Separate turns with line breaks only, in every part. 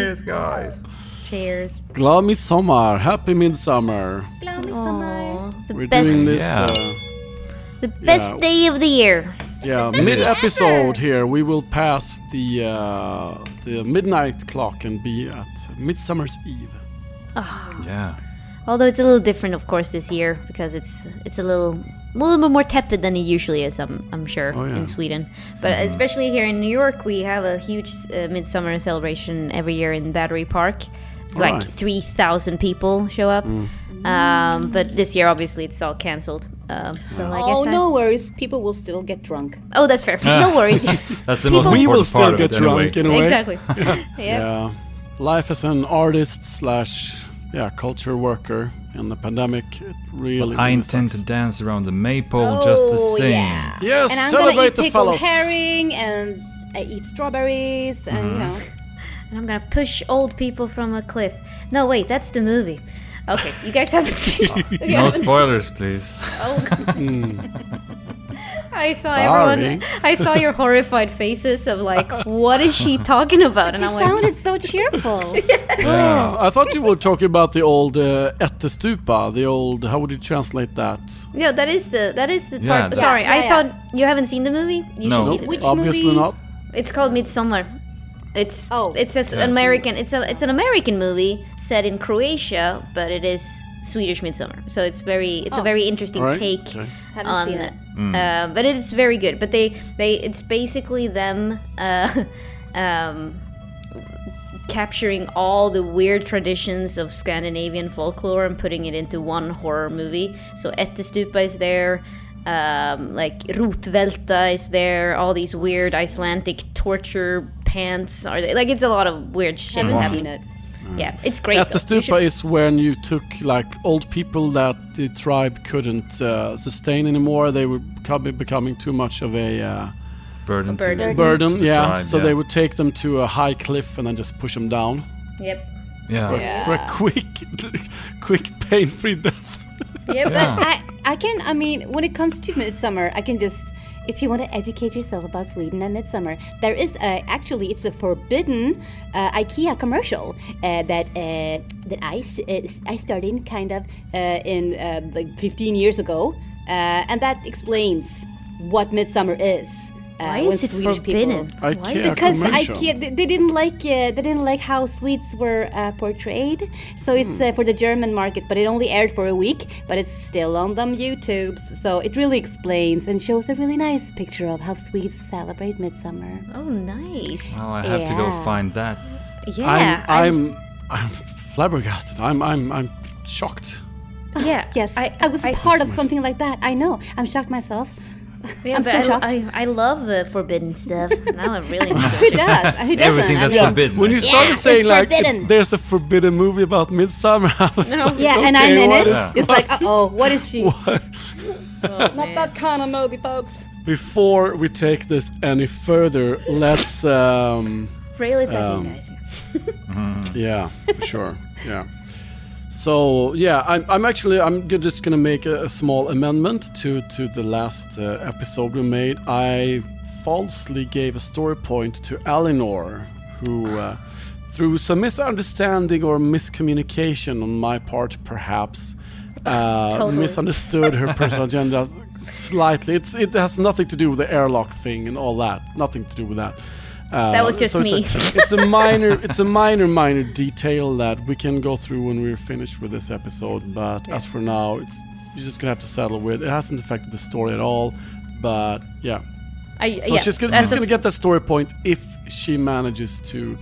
Cheers.
Cheers.
Glad midsummer. Happy midsummer.
Aw, The
We're
best,
doing this.
Yeah.
Uh,
the best
yeah.
day of the year.
yeah, mid episode here. We will pass the uh, the midnight clock and be at midsummer's eve.
Yeah.
Although it's a little different, of course, this year because it's it's a little a little bit more tepid than it usually is. I'm I'm sure
Oh, yeah. Mm-hmm.
in Sweden, but especially here in New York, we have a huge uh, midsummer celebration every year in Battery Park. It's like
Alright.
three thousand people show up,
Mm.
um, but this year obviously it's all cancelled. Um so I guess
oh,
I-
no worries. People will still get drunk.
Oh, that's fair. no worries.
That's the most
People-
We
important
will
part
still
of
get
it
drunk in
anyway.
a way.
exactly. yeah.
Yeah. Life as an artist slash yeah culture worker in the pandemic it really.
I
really
intend to
sucks.
dance around the maypole just the
Oh,
same.
yeah.
Yes,
And I'm gonna
celebrate
eat
the
pickled
fellows.
herring and I eat strawberries and
Mm.
you know.
And I'm gonna push old people from a cliff. No, wait, that's the movie. Okay, you guys haven't seen. you
No
haven't seen-
spoilers, please.
Oh.
I saw
Sorry.
everyone. I saw your horrified faces of like, what is she talking about? And
You
I'm like,
sounded so cheerful.
Yeah, I thought you were talking about the old uh, ettestupa, the old. How would you translate that?
no, that is the that is the
Yeah,
part.
that's-
Sorry,
Yeah,
I
yeah.
thought you haven't seen the movie. You
No.
should see
Nope.
the
Which
movie.
Obviously
movie?
not.
It's called Midsummer. It's
Oh.
oh, it's an American. It's a it's an American movie set in Croatia, but it is Swedish Midsummer. So it's very
Oh.
it's a very interesting
All right,
take
okay.
Haven't
on
seen
it.
it.
Uh, but it's very good. But they they it's basically them. Uh, um, capturing all the weird traditions of Scandinavian folklore and putting it into one horror movie. So Ettestupa is there, um, like Rotvelta is there, all these weird Icelandic torture pants are there. Like it's a lot of weird shit.
Haven't
happening.
seen it. Mm.
Yeah, it's great.
At the
though. You
stupa
should-
is when you took like old people that the tribe couldn't uh, sustain anymore. They were becoming, becoming too much of a uh,
Burden. Mm, to
burden.
the-
burden.
the
Yeah,
tribe,
so
yeah.
they would take them to a high cliff and then just push them down
Yep.
Yeah.
for a quick, quick pain-free death.
Yep.
Yeah.
I, I can, I mean, when it comes to Midsummer, I can just, if you want to educate yourself about Sweden and Midsummer, there is a, actually, it's a forbidden uh, IKEA commercial uh, that uh, that I, s- uh, s- I started kind of uh, in uh, like 15 years ago, uh, and that explains what Midsummer is. Uh,
Why
when
is it
Swedish people-
forbidden? Why
I can't.
is it-
because
commercial.
IKEA they, they didn't like uh, they didn't like how Swedes were uh, portrayed. So it's uh, for the German market, but it only aired for a week. But it's still on them YouTubes, so it really explains and shows a really nice picture of how Swedes celebrate Midsummer.
Oh, nice.
Well, I have to go
Yeah.
find that.
Yeah.
I'm, I'm, I'm flabbergasted. I'm, I'm, I'm shocked.
yeah.
Yes, I, was part of something like that. I know. I'm shocked myself.
yeah,
I'm
but
so
I-
shocked.
I, I love uh, forbidden stuff. now I really.
Who does? Who doesn't?
Everything
I
that's
mean-
forbidden.
When you
actually.
started
it's
saying like
forbidden.
there's a forbidden movie about midsummer, I was
No.
like,
Yeah,
yeah, and I'm
okay,
in
what
it.
is-
It's like, uh oh, what is she?
Not
kind of movie, folks.
Before we take this any further, let's um,
Really bad you guys.
yeah, for sure, yeah. So yeah, I'm, I'm actually I'm g- just gonna make a, a small amendment to to the last uh, episode we made. I falsely gave a story point to Eleanor, who uh, through some misunderstanding or miscommunication on my part, perhaps. Uh,
Totally.
misunderstood her personal agenda s- slightly. It's, it has nothing to do with the airlock thing and all that. Nothing to do with that. Uh,
That was just
it's
me.
a- it's a minor, it's a minor, minor detail that we can go through when we're finished with this episode. But as for now, it's you're just gonna have to settle with. It hasn't affected the story at all. But yeah,
I,
so
yeah.
she's gonna,
as
she's
of-
gonna get that story point if she manages to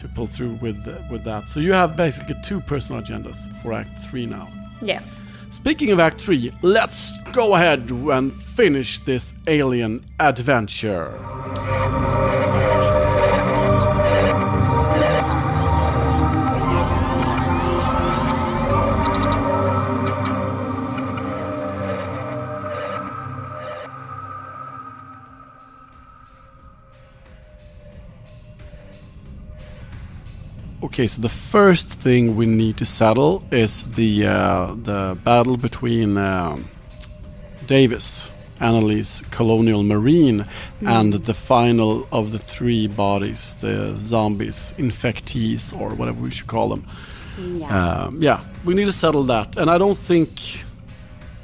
to pull through with with that. So you have basically two personal agendas for Act Three now.
Yeah.
Speaking of Act 3, let's go ahead and finish this alien adventure. Okay, so the first thing we need to settle is the uh, the battle between um uh, Davis Annalise, Colonial Marine,
Mm.
and the final of the three bodies, the zombies, infectees, or whatever we should call them. Yeah, um, yeah we need to settle that. And I don't think.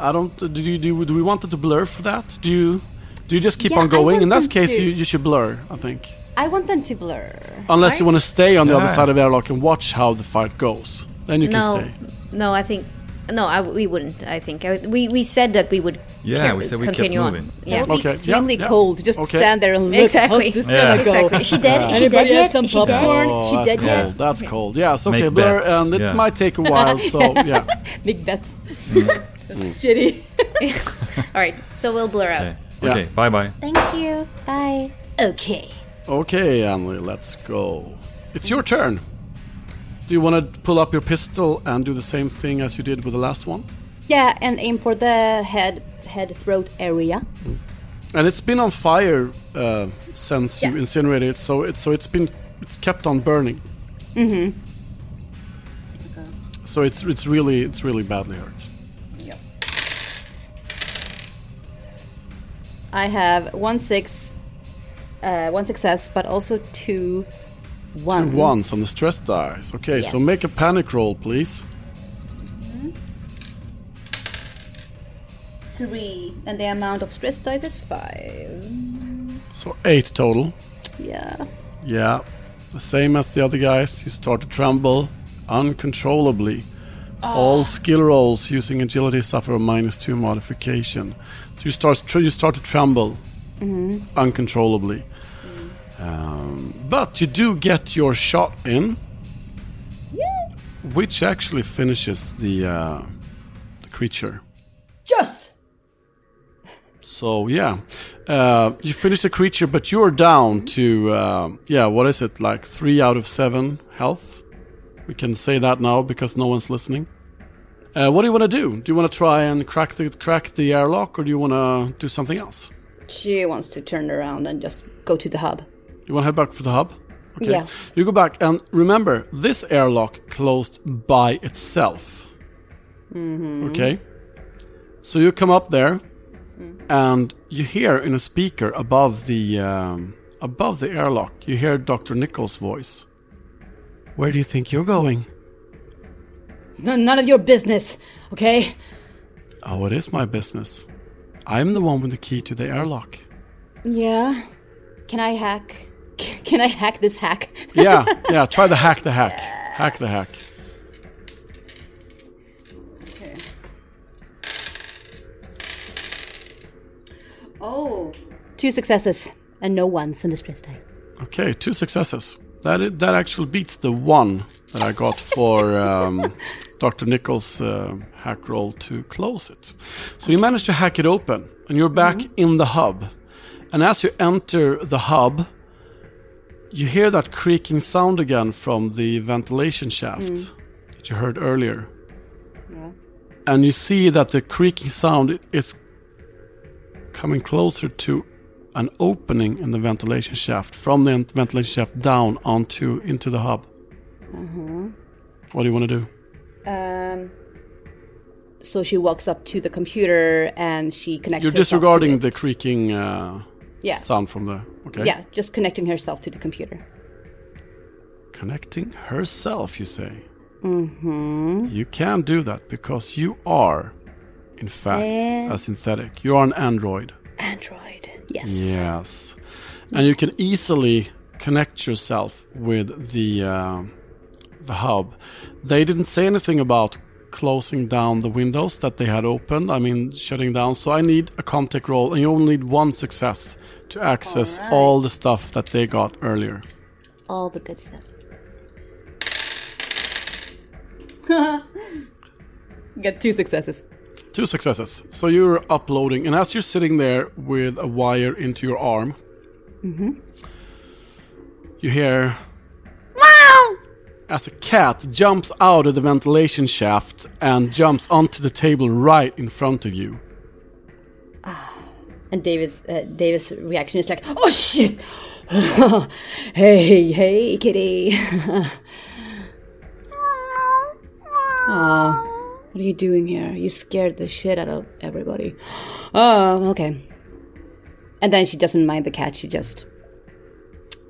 I don't. Do, you, do, you- do we want it to blur for that? Do you. Do you just keep
Yeah,
on
I
going?
want
In that
them
case,
to.
you, you should blur, I think.
I want them to blur.
Unless you want to stay on the other
Yeah.
side of airlock and watch how the fight goes. Then you
no,
can stay.
no, I think no, I, we wouldn't. I think I, we we said that we would.
Yeah,
ca-
we said we kept
continue
moving.
on. Yeah.
That would be
Okay, yeah,
extremely
yeah.
cold. Just
Okay.
stand there and look.
Exactly.
How's this
Yeah.
gonna go?
Exactly. Is She dead. Is she dead
Anybody have
yet?
some
Is she dead?
popcorn?
Oh,
She
that's
dead
cold.
yet?
That's cold. Yeah, so okay,
Make
blur,
bets,
and it
yeah.
might take a while. So yeah,
Big bets.
Mm.
That's shitty.
All right, so we'll blur out.
Okay.
Yeah.
Okay. Bye bye.
Thank you. Bye. Okay.
okay, Emily, let's go. It's your turn. Do you want to pull up your pistol and do the same thing as you did with the last one?
Yeah, and aim for the head, head, throat area.
And it's been on fire uh, since you
Yeah.
incinerated it, so it's so it's been it's kept on burning. Mm-hmm. So it's it's really it's really badly hurt.
I have one six, uh, one success, but also two ones.
Once on the stress dice. Okay, so
Yes.
make a panic roll, please.
three, and the amount of stress dice is five.
So eight total.
Yeah.
Yeah, the same as the other guys. You start to tremble uncontrollably. All skill rolls using agility suffer a minus two modification. So you start tr- you start to tremble uncontrollably. Um, but you do get your shot in, which actually finishes the uh, the creature.
Just.
So yeah, uh, you finish the creature, but you're down to um yeah. What is it like? Three out of seven health. We can say that now because no one's listening. Uh, what do you want to do? Do you want to try and crack the crack the airlock, or do you want to do something else?
She wants to turn around and just go to the hub.
You want to head back for the hub? Okay.
Yeah.
You go back and remember this airlock closed by itself. Okay. So you come up there, and you hear in a speaker above the um, above the airlock. You hear Doctor Nichols' voice. Where do you think you're going?
No, none of your business, okay?
Oh, it is my business. I'm the one with the key to the airlock.
Yeah. Can I hack? Can I hack this hack?
Yeah, yeah. Try the hack. The hack. Hack the hack.
Oh. Two successes and no ones in the stress die.
Okay, two successes. That i- that actually beats the one that I got for um, Dr. Nichols' uh, hack roll to close it. So you managed to hack it open, and you're back in the hub. And as you enter the hub, you hear that creaking sound again from the ventilation shaft that you heard earlier. And you see that the creaking sound is coming closer to an opening in the ventilation shaft from the ventilation shaft down onto into the hub. What do you want to do?
Um. So she walks up to the computer and she connects.
You're
herself to
disregarding
it.
the creaking uh,
yeah.
sound from the okay.
Yeah, just connecting herself to the computer.
Connecting herself, you say. Mm-hmm. You can do that because you are, in fact, a synthetic. You are an android.
Android. Yes.
Yes. And you can easily connect yourself with the uh, the hub. They didn't say anything about closing down the windows that they had opened. I mean, shutting down. So I need a contact roll, and you only need one success to access all, the stuff that they got earlier.
All the good stuff. Got two successes.
Two successes. So you're uploading, and as you're sitting there with a wire into your arm, you hear as a cat jumps out of the ventilation shaft and jumps onto the table right in front of you.
And David's uh, David's reaction is like, "Oh shit! hey, hey, kitty!" Aw. What are you doing here? You scared the shit out of everybody. Oh, okay. And then she doesn't mind the cat. She just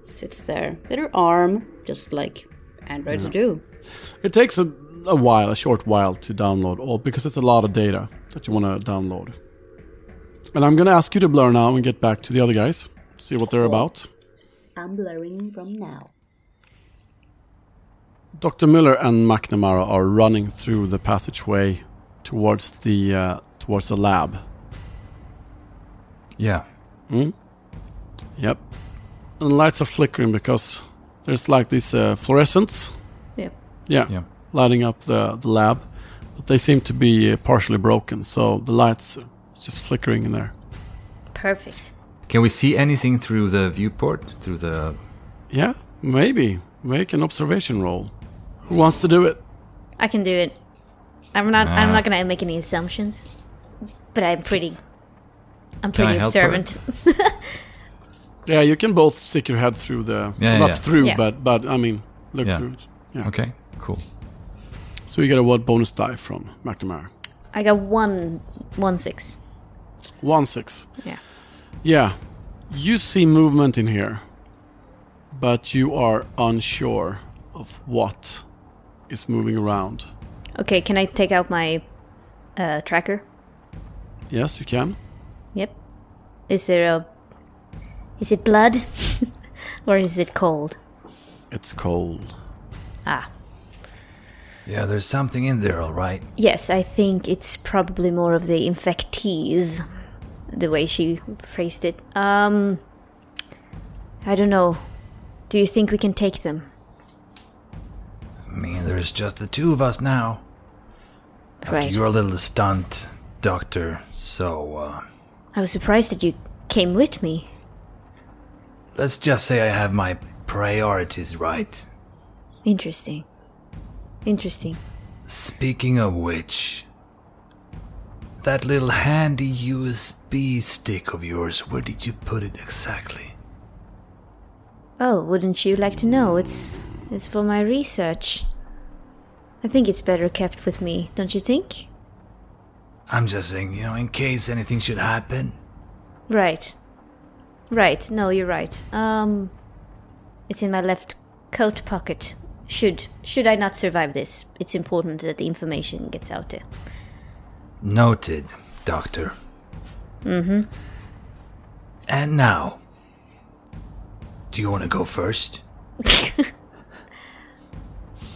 sits there with her arm, just like androids do.
It takes a, a while, a short while, to download all because it's a lot of data that you want to download. And I'm gonna ask you to blur now and get back to the other guys, see what they're about.
I'm blurring from now.
Dr. Miller and McNamara are running through the passageway towards the uh, towards the lab.
Yeah.
Yep. And the lights are flickering because there's like these uh, fluorescents.
Yep.
Yeah.
Yeah.
Lighting up the, the lab, but they seem to be uh, partially broken, so the lights are just flickering in there.
Perfect.
Can we see anything through the viewport? Through the
Yeah, maybe make an observation roll. Who wants to do it?
I can do it. I'm not. I'm
Ah.
not gonna make any assumptions, but I'm pretty. I'm
Can
pretty
I help her?
observant.
Yeah, you can both stick your head through the
Yeah, yeah,
not
yeah.
through,
Yeah.
but but I mean look
Yeah.
through it. Yeah.
Okay, cool.
So you get a what bonus die from McNamara.
I got one, one six.
One six.
Yeah.
Yeah, you see movement in here, but you are unsure of what is moving around.
Okay. Can I take out my uh, tracker?
Yes, you can.
Yep. Is there a? Is it blood, or is it cold?
It's cold.
Ah.
Yeah, there's something in there, all right.
Yes, I think it's probably more of the infectees, the way she phrased it. Um, I don't know. Do you think we can take them?
I mean, there's just the two of us now. After
Right.
your little stunt, Doctor. So, uh,
I was surprised that you came with me.
let's just say I have my priorities right.
Interesting. Interesting.
Speaking of which, that little handy USB stick of yours, where did you put it exactly?
Oh, wouldn't you like to know? It's it's for my research. I think it's better kept with me, don't you think?
I'm just saying, you know, in case anything should happen.
Right. Right. No, you're right. Um it's in my left coat pocket. Should should I not survive this, it's important that the information gets out there.
Noted, Doctor. Mm hmm. And now, do you want to go first?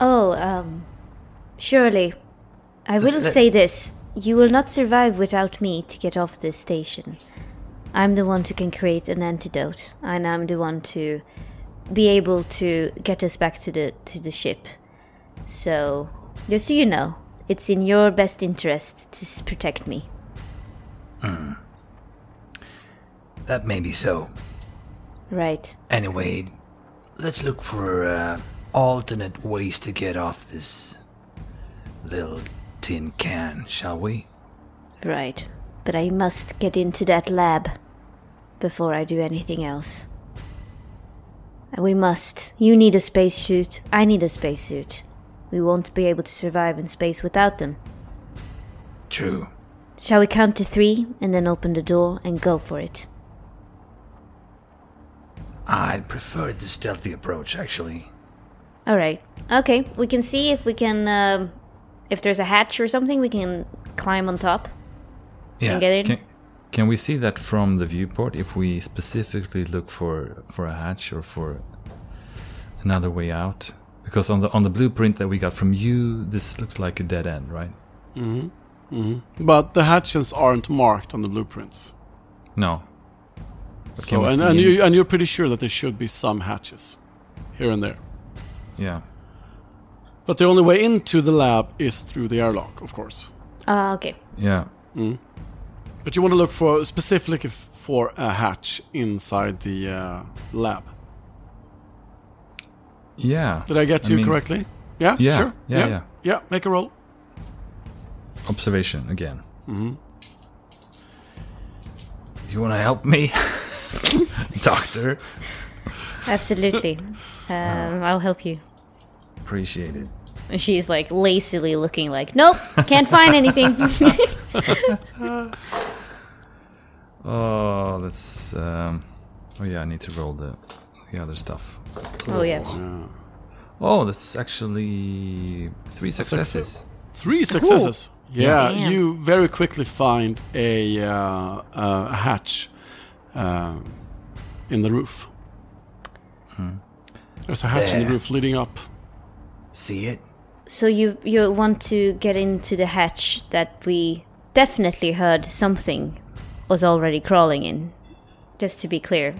Oh, um surely I will
let-
say this. You will not survive without me to get off this station. I'm the one who can create an antidote, and I'm the one to be able to get us back to the to the ship. So, just so you know, it's in your best interest to s- protect me.
That may be so.
Right.
Anyway, let's look for uh, alternate ways to get off this little tin can, shall we?
Right. But I must get into that lab before I do anything else. And We must. You need a spacesuit. I need a spacesuit. We won't be able to survive in space without them.
True.
Shall we count to three and then open the door and go for it?
I'd prefer the stealthy approach, actually.
All right. Okay. We can see if we can, um, if there's a hatch or something, we can climb on top.
Yeah.
get in?
Can, can we see that from the viewport if we specifically look for for a hatch or for another way out? Because on the on the blueprint that we got from you, this looks like a dead end, right?
But the hatches aren't marked on the blueprints.
No. But can
So
we
and,
see
and
any-
you and you're pretty sure that there should be some hatches here and there.
yeah.
But the only way into the lab is through the airlock, of course.
Ah, okay.
Yeah.
But you want to look for specifically f- for a hatch inside the uh, lab.
Yeah.
Did I get
I
you
mean-
correctly? Yeah.
Yeah,
Sure.
yeah,
Yeah.
yeah.
yeah, Make a roll.
Observation again. Mm-hmm. You want to help me, Doctor?
Absolutely. um, I'll help you.
Appreciate it.
And she's like lazily looking like, nope, can't find anything.
Oh, that's. Um, oh yeah, I need to roll the the other stuff.
oh yeah,
Yeah.
Oh, that's actually three successes.
Three successes. Yeah,
Damn.
you very quickly find a, uh, a hatch uh, in the roof.
Hmm.
There's a hatch in the
There.
roof leading up.
See it?
so you you want to get into the hatch that we definitely heard something was already crawling in. Just to be clear,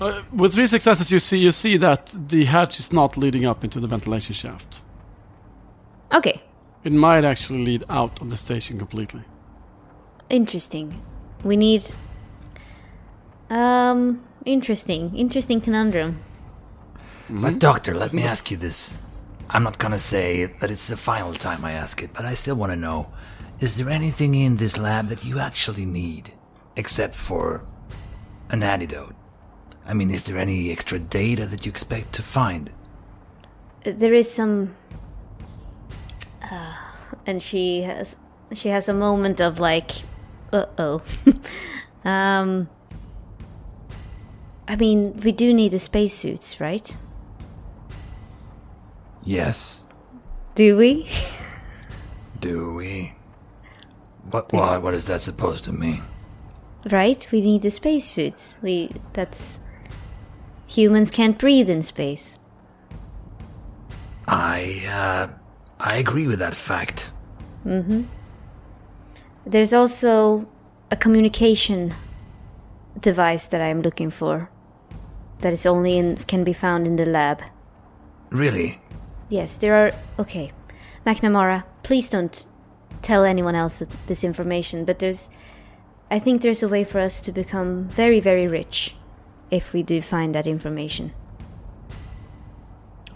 Uh, with three successes, you see you see that the hatch is not leading up into the ventilation shaft.
okay,
It might actually lead out of the station completely.
interesting. We need um interesting, interesting conundrum.
But doctor, let me ask you this. I'm not gonna say that it's the final time I ask it, but I still wanna know. Is there anything in this lab that you actually need? Except for an antidote? I mean, is there any extra data that you expect to find?
there is some uh, and she has she has a moment of like uh-oh um i mean we do need the spacesuits right
Yes.
do we
Do we? What, what, what is that supposed to mean?
right we need the spacesuits we that's humans can't breathe in space
I, uh, I agree with that fact.
there's also a communication device that i'm looking for that is only in, can be found in the lab
Really?
Yes, there are. Okay. McNamara, please don't tell anyone else th- this information, but there's. I think there's a way for us to become very, very rich if we do find that information.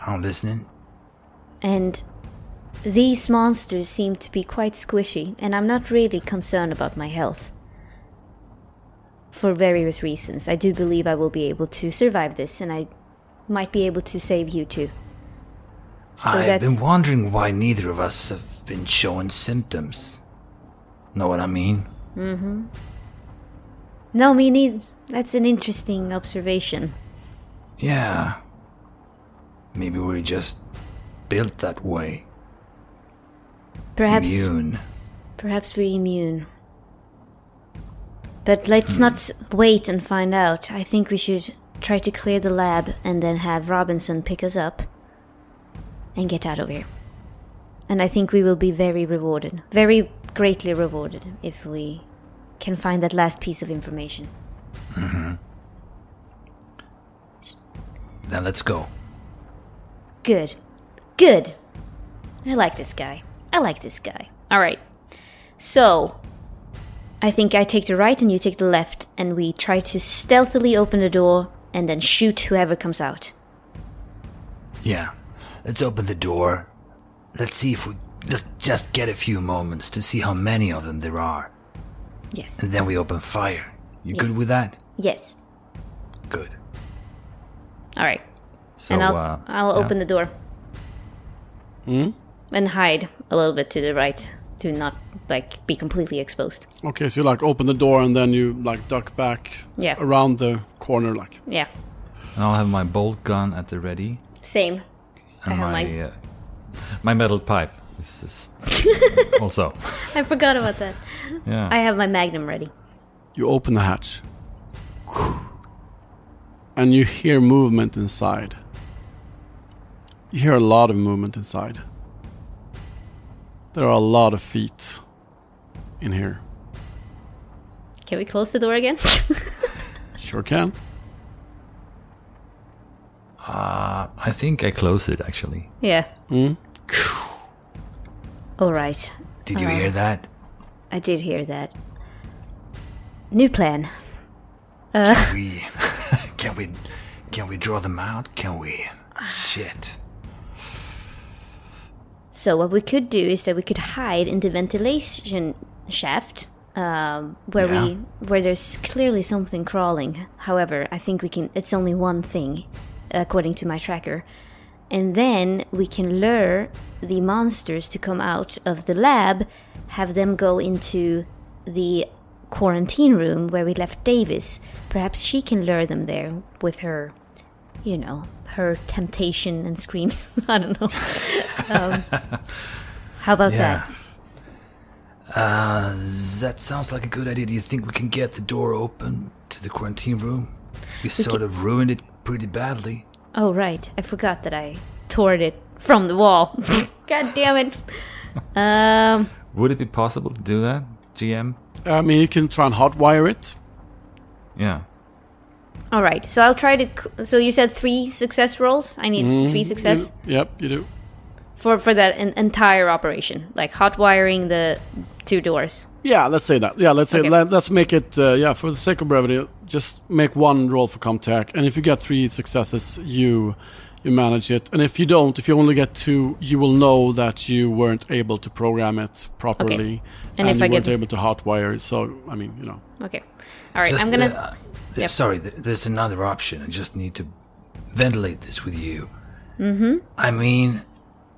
I'm listening.
And these monsters seem to be quite squishy, and I'm not really concerned about my health. For various reasons. I do believe I will be able to survive this, and I might be able to save you too. So
I've
that's.
been wondering why neither of us have been showing symptoms. Know what I mean?
no, me neither. That's an interesting observation.
Yeah. Maybe we're just built that way.
Perhaps
Immune.
perhaps we're immune. But let's not s- wait and find out. I think we should try to clear the lab and then have Robinson pick us up and get out of here. And I think we will be very rewarded, very greatly rewarded if we can find that last piece of information.
Then let's go.
Good. Good. I like this guy. I like this guy. All right. So, I think I take the right and you take the left, and we try to stealthily open the door and then shoot whoever comes out.
Yeah. Let's open the door. Let's see if we. Let's just get a few moments to see how many of them there are.
Yes.
And then we open fire. You good
Yes.
with that?
Yes.
Good.
All right.
Oh,
So
and I'll,
uh,
I'll
yeah.
open the door. Hmm? And hide a little bit to the right to not like be completely exposed.
Okay, so you like open the door and then you like duck back
Yeah.
around the corner, like
Yeah.
And I'll have my bolt gun at the ready,
Same.
and
have
my
mine.
uh, my metal pipe is, is also.
I forgot about that.
Yeah.
I have my magnum ready.
you open the hatch, and you hear movement inside. You hear a lot of movement inside. There are a lot of feet in here.
Can we close the door again?
Sure can.
I think I close it actually.
Yeah. All right.
Did
uh,
you hear that?
I did hear that. New plan.
We. can we. Can we draw them out? Can we? Shit.
So what we could do is that we could hide in the ventilation shaft, um, where we where there's clearly something crawling. However, I think we can. It's only one thing, according to my tracker, and then we can lure the monsters to come out of the lab, have them go into the quarantine room where we left Davis. Perhaps she can lure them there with her, you know, her temptation and screams. I don't know. um, how about
Yeah.
that?
Uh, that sounds like a good idea. Do you think we can get the door open to the quarantine room? We sort of ruined it pretty badly.
Oh, right. I forgot that I tore it from the wall. God damn it. Um,
Would it be possible to do that, GM?
I mean, you can try and hotwire it.
Yeah.
all right. So I'll try to. c- So you said three success rolls? I need
Mm-hmm.
three success.
Yep, you do.
for for that en- entire operation, like hot wiring the two doors.
Yeah, let's say that. Yeah, let's say
Okay.
let, let's make it. Uh, yeah, for the sake of brevity, just make one roll for Comtech, and if you get three successes, you you manage it. And if you don't, if you only get two, you will know that you weren't able to program it properly,
And if
you
I get-
weren't able to hotwire. it. So I mean, you know,
Okay, all right.
Just,
I'm gonna.
uh, th-
Yep.
Sorry, th- there's another option. I just need to ventilate this with you. Mm-hmm. I mean,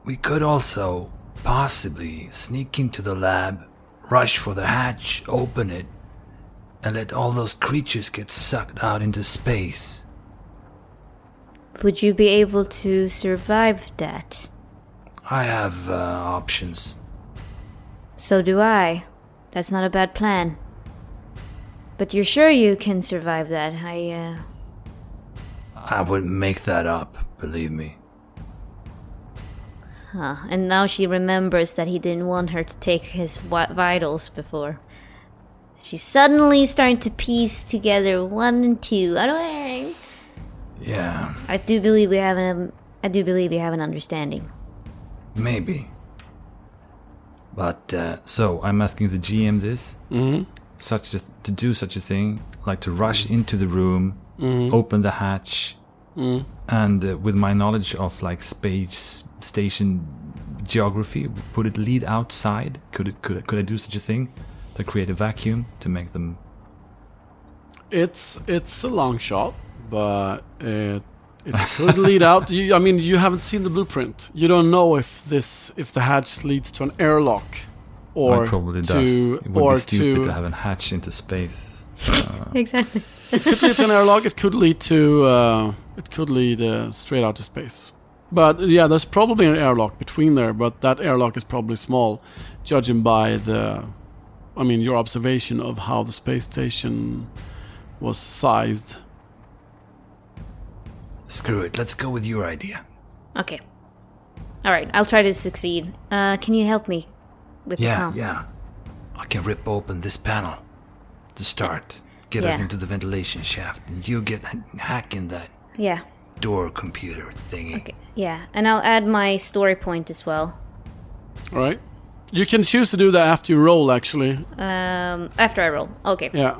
we could also possibly sneak into the lab, rush for the hatch, open it, and let all those creatures get sucked out into space.
would you be able to survive that?
I have uh, options.
So do I. That's not a bad plan. But you're sure you can survive that? I. Uh,
I would make that up, believe me.
huh. And now she remembers that he didn't want her to take his wi- vitals before. She's suddenly starting to piece together one and two. I don't.
Yeah,
I do believe we have an. um, I do believe we have an understanding.
maybe.
But uh, so I'm asking the GM this:
Mm-hmm.
such a to do such a thing, like to rush into the room,
Mm-hmm.
open the hatch, and uh, with my knowledge of like space station geography, would it lead outside? Could it could could I do such a thing to create a vacuum to make them?
it's it's a long shot, but it it could lead out. You, I mean, you haven't seen the blueprint. You don't know if this if the hatch leads to an airlock.
Well,
Or
it probably
to,
does. It would
or
be stupid
to
to have a hatch into space.
Exactly.
could lead to an airlock. It could lead to uh, it could lead uh, straight out to space. But yeah, there's probably an airlock between there, but that airlock is probably small, judging by the, I mean, your observation of how the space station was sized.
Screw it, let's go with your idea.
Okay. All right, I'll try to succeed. Uh, can you help me with the
Yeah,
comp?
yeah. I can rip open this panel to start. Get us
Yeah.
into the ventilation shaft, and you get h- hacking that
Yeah.
door computer thingy.
Okay. Yeah, and I'll add my story point as well.
All right, you can choose to do that after you roll. Actually,
Um, after I roll. Okay.
yeah,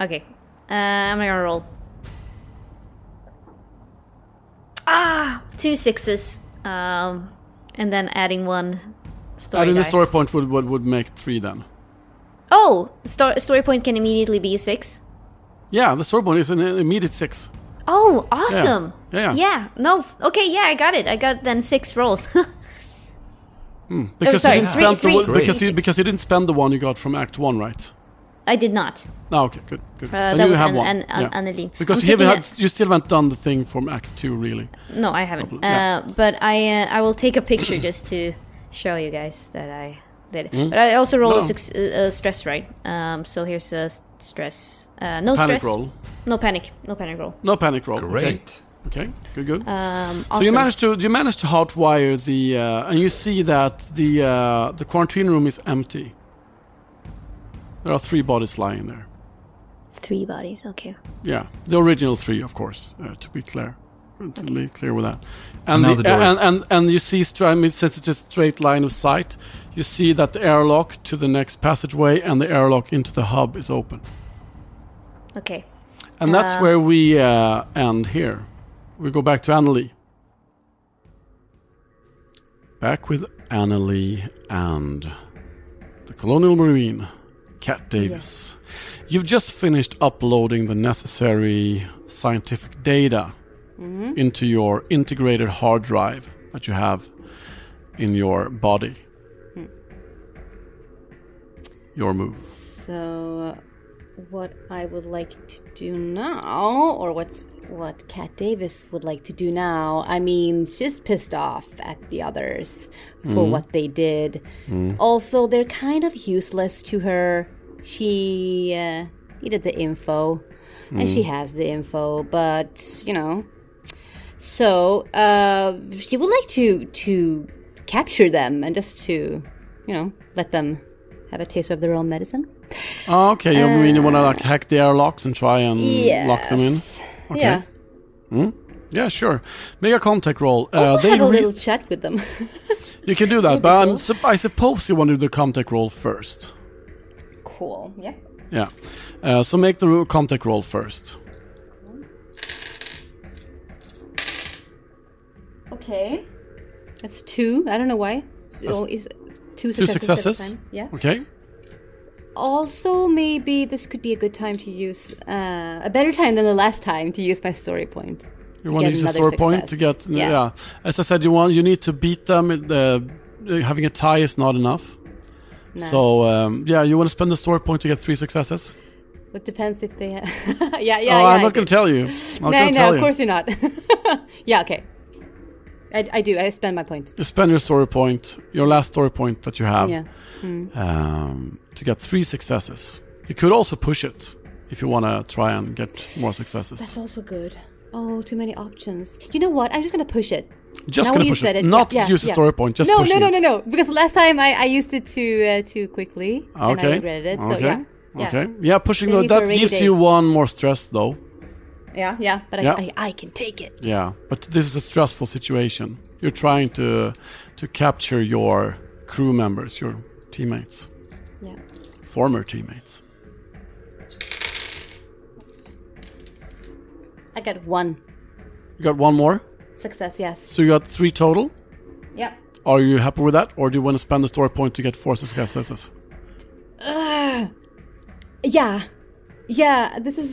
Okay. Uh, I'm gonna roll. Ah, two sixes. Um, and then adding one story.
adding the
die.
story point would, would would make three then.
Oh, sto- story point can immediately be a six.
Yeah, the story point is an immediate six.
Oh, awesome.
Yeah.
Yeah. No. f- Okay. Yeah, I got it. I got then six rolls.
Because
Oh, sorry,
you didn't
three-
spend
three-
the one, because
three
you
six.
because you didn't spend the one you got from Act One, right?
I did not.
No, okay, good, good.
Uh,
Then
that
Oh, you
was
have
an,
one.
an, an,
yeah.
Anneli.
because
I'm
you haven't
taking
had, you still haven't done the thing from Act Two, really.
a- no, I haven't.
Oh, yeah.
Uh, but I uh, I will take a picture just to show you guys that I did. it. But I also rolled a,
Hmm? No.
suc- uh, uh, stress right. Um, so here's a s- stress. Uh, no
Panic
stress.
roll.
No panic. No panic roll.
No panic roll.
Great.
Okay, okay. good, good.
Um,
So you
awesome.
managed to you managed to hotwire the uh, and you see that the uh, the quarantine room is empty. There are three bodies lying there.
three bodies. Okay.
Yeah, the original three, of course, uh, to be clear, to be clear with that. And
Now
the,
the doors.
and, and and you see, stra- I mean, since it's a straight line of sight, you see that the airlock to the next passageway and the airlock into the hub is open,
Okay.
and that's
Uh,
where we uh, end here. We go back to Annalie. Back with Annalie and the Colonial Marine, Cat Davis. You've just finished uploading the necessary scientific data into your integrated hard drive that you have in your body. Your move.
So, what I would like to do now, or what's what Kat Davis would like to do now, I mean, she's pissed off at the others for what they did. Also, they're kind of useless to her. She uh, needed the info, and she has the info, but you know. So, uh, she would like to to capture them and just to, you know, let them have a taste of their own medicine.
Ah, okay, you mean you want to like hack the airlocks and try and lock them in?
Yes. Yeah.
Yeah, sure. Make a contact roll. Uh,
Also have a
re-
little chat with them.
you can do that, but I'm sup- I suppose you want to do the contact roll first.
cool. Yeah.
Yeah. Uh, so make the ro- contact roll first.
Okay. That's two. I don't know why. So is two successes.
Two
at a
successes.
time. Yeah.
Okay.
Also, maybe this could be a good time to use uh, a better time than the last time to use my story point.
You want to
get
use a
another
story point to
success.
get.
Yeah.
Yeah. As I said, you want you need to beat them. The, having a tie is not enough. So um, yeah, you want to spend the story point to get three successes.
It depends if they have. yeah, yeah,
oh,
yeah.
I'm
I
not going
do.
to tell you. I'm not
No,
going to
no,
tell
of
you.
course you're not. yeah, okay. I, I do. I spend my point.
You spend your story point, your last story point that you have,
Yeah. Hmm.
um, to get three successes. You could also push it if you want to try and get more
That's
successes.
also good. Oh, too many options. You know what? I'm just gonna push it.
Just
now
gonna
you
push
said
it.
it.
Not
yeah,
use the
yeah.
story point, just
no,
pushing
no, no,
it.
no, no. Because last time I, I used it too uh, too quickly and I
Okay.
regretted it. So
okay.
yeah, yeah,
Okay. Yeah, pushing
Maybe
the,
for a
that
rainy
gives
day.
you one more stress though.
yeah, yeah. But I,
Yeah.
I, I can take it.
Yeah, but this is a stressful situation. You're trying to to capture your crew members, your teammates,
Yeah.
former teammates.
I got one
You got one more,
success. Yes.
so you got three total.
Yeah.
Are you happy with that, or do you want to spend the story point to get four successes?
Yeah. Yeah. This is.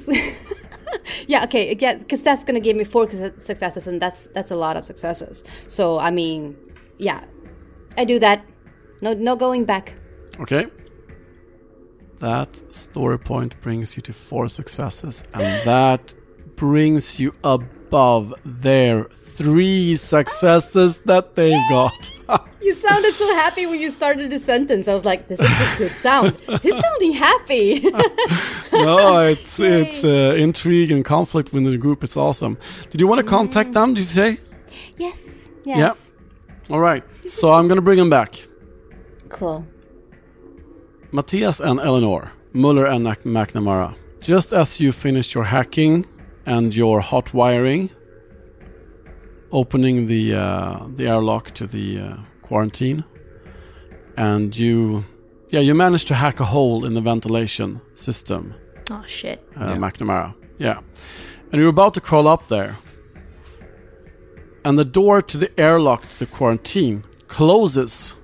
yeah. Okay. Yeah. Because that's gonna give me four suc- successes, and that's that's a lot of successes. So I mean, yeah, I do that. No, no going back.
Okay. That story point brings you to four successes, and that brings you above their three successes that they've got.
You sounded so happy when you started the sentence. I was like, this is a good sound. He's sounding happy.
no, it's it's uh, intrigue and conflict within the group. It's awesome. Did you want to contact them? Did you say?
yes. Yes.
All right. So I'm gonna bring them back.
Cool.
Matthias and Eleanor, Muller and Mac- McNamara. Just as you finished your hacking and your hot wiring, opening the uh, the airlock to the uh, quarantine, and you, yeah, you managed to hack a hole in the ventilation system.
Oh shit.
uh, McNamara. Yeah. And you're about to crawl up there. And the door to the airlock to the quarantine closes.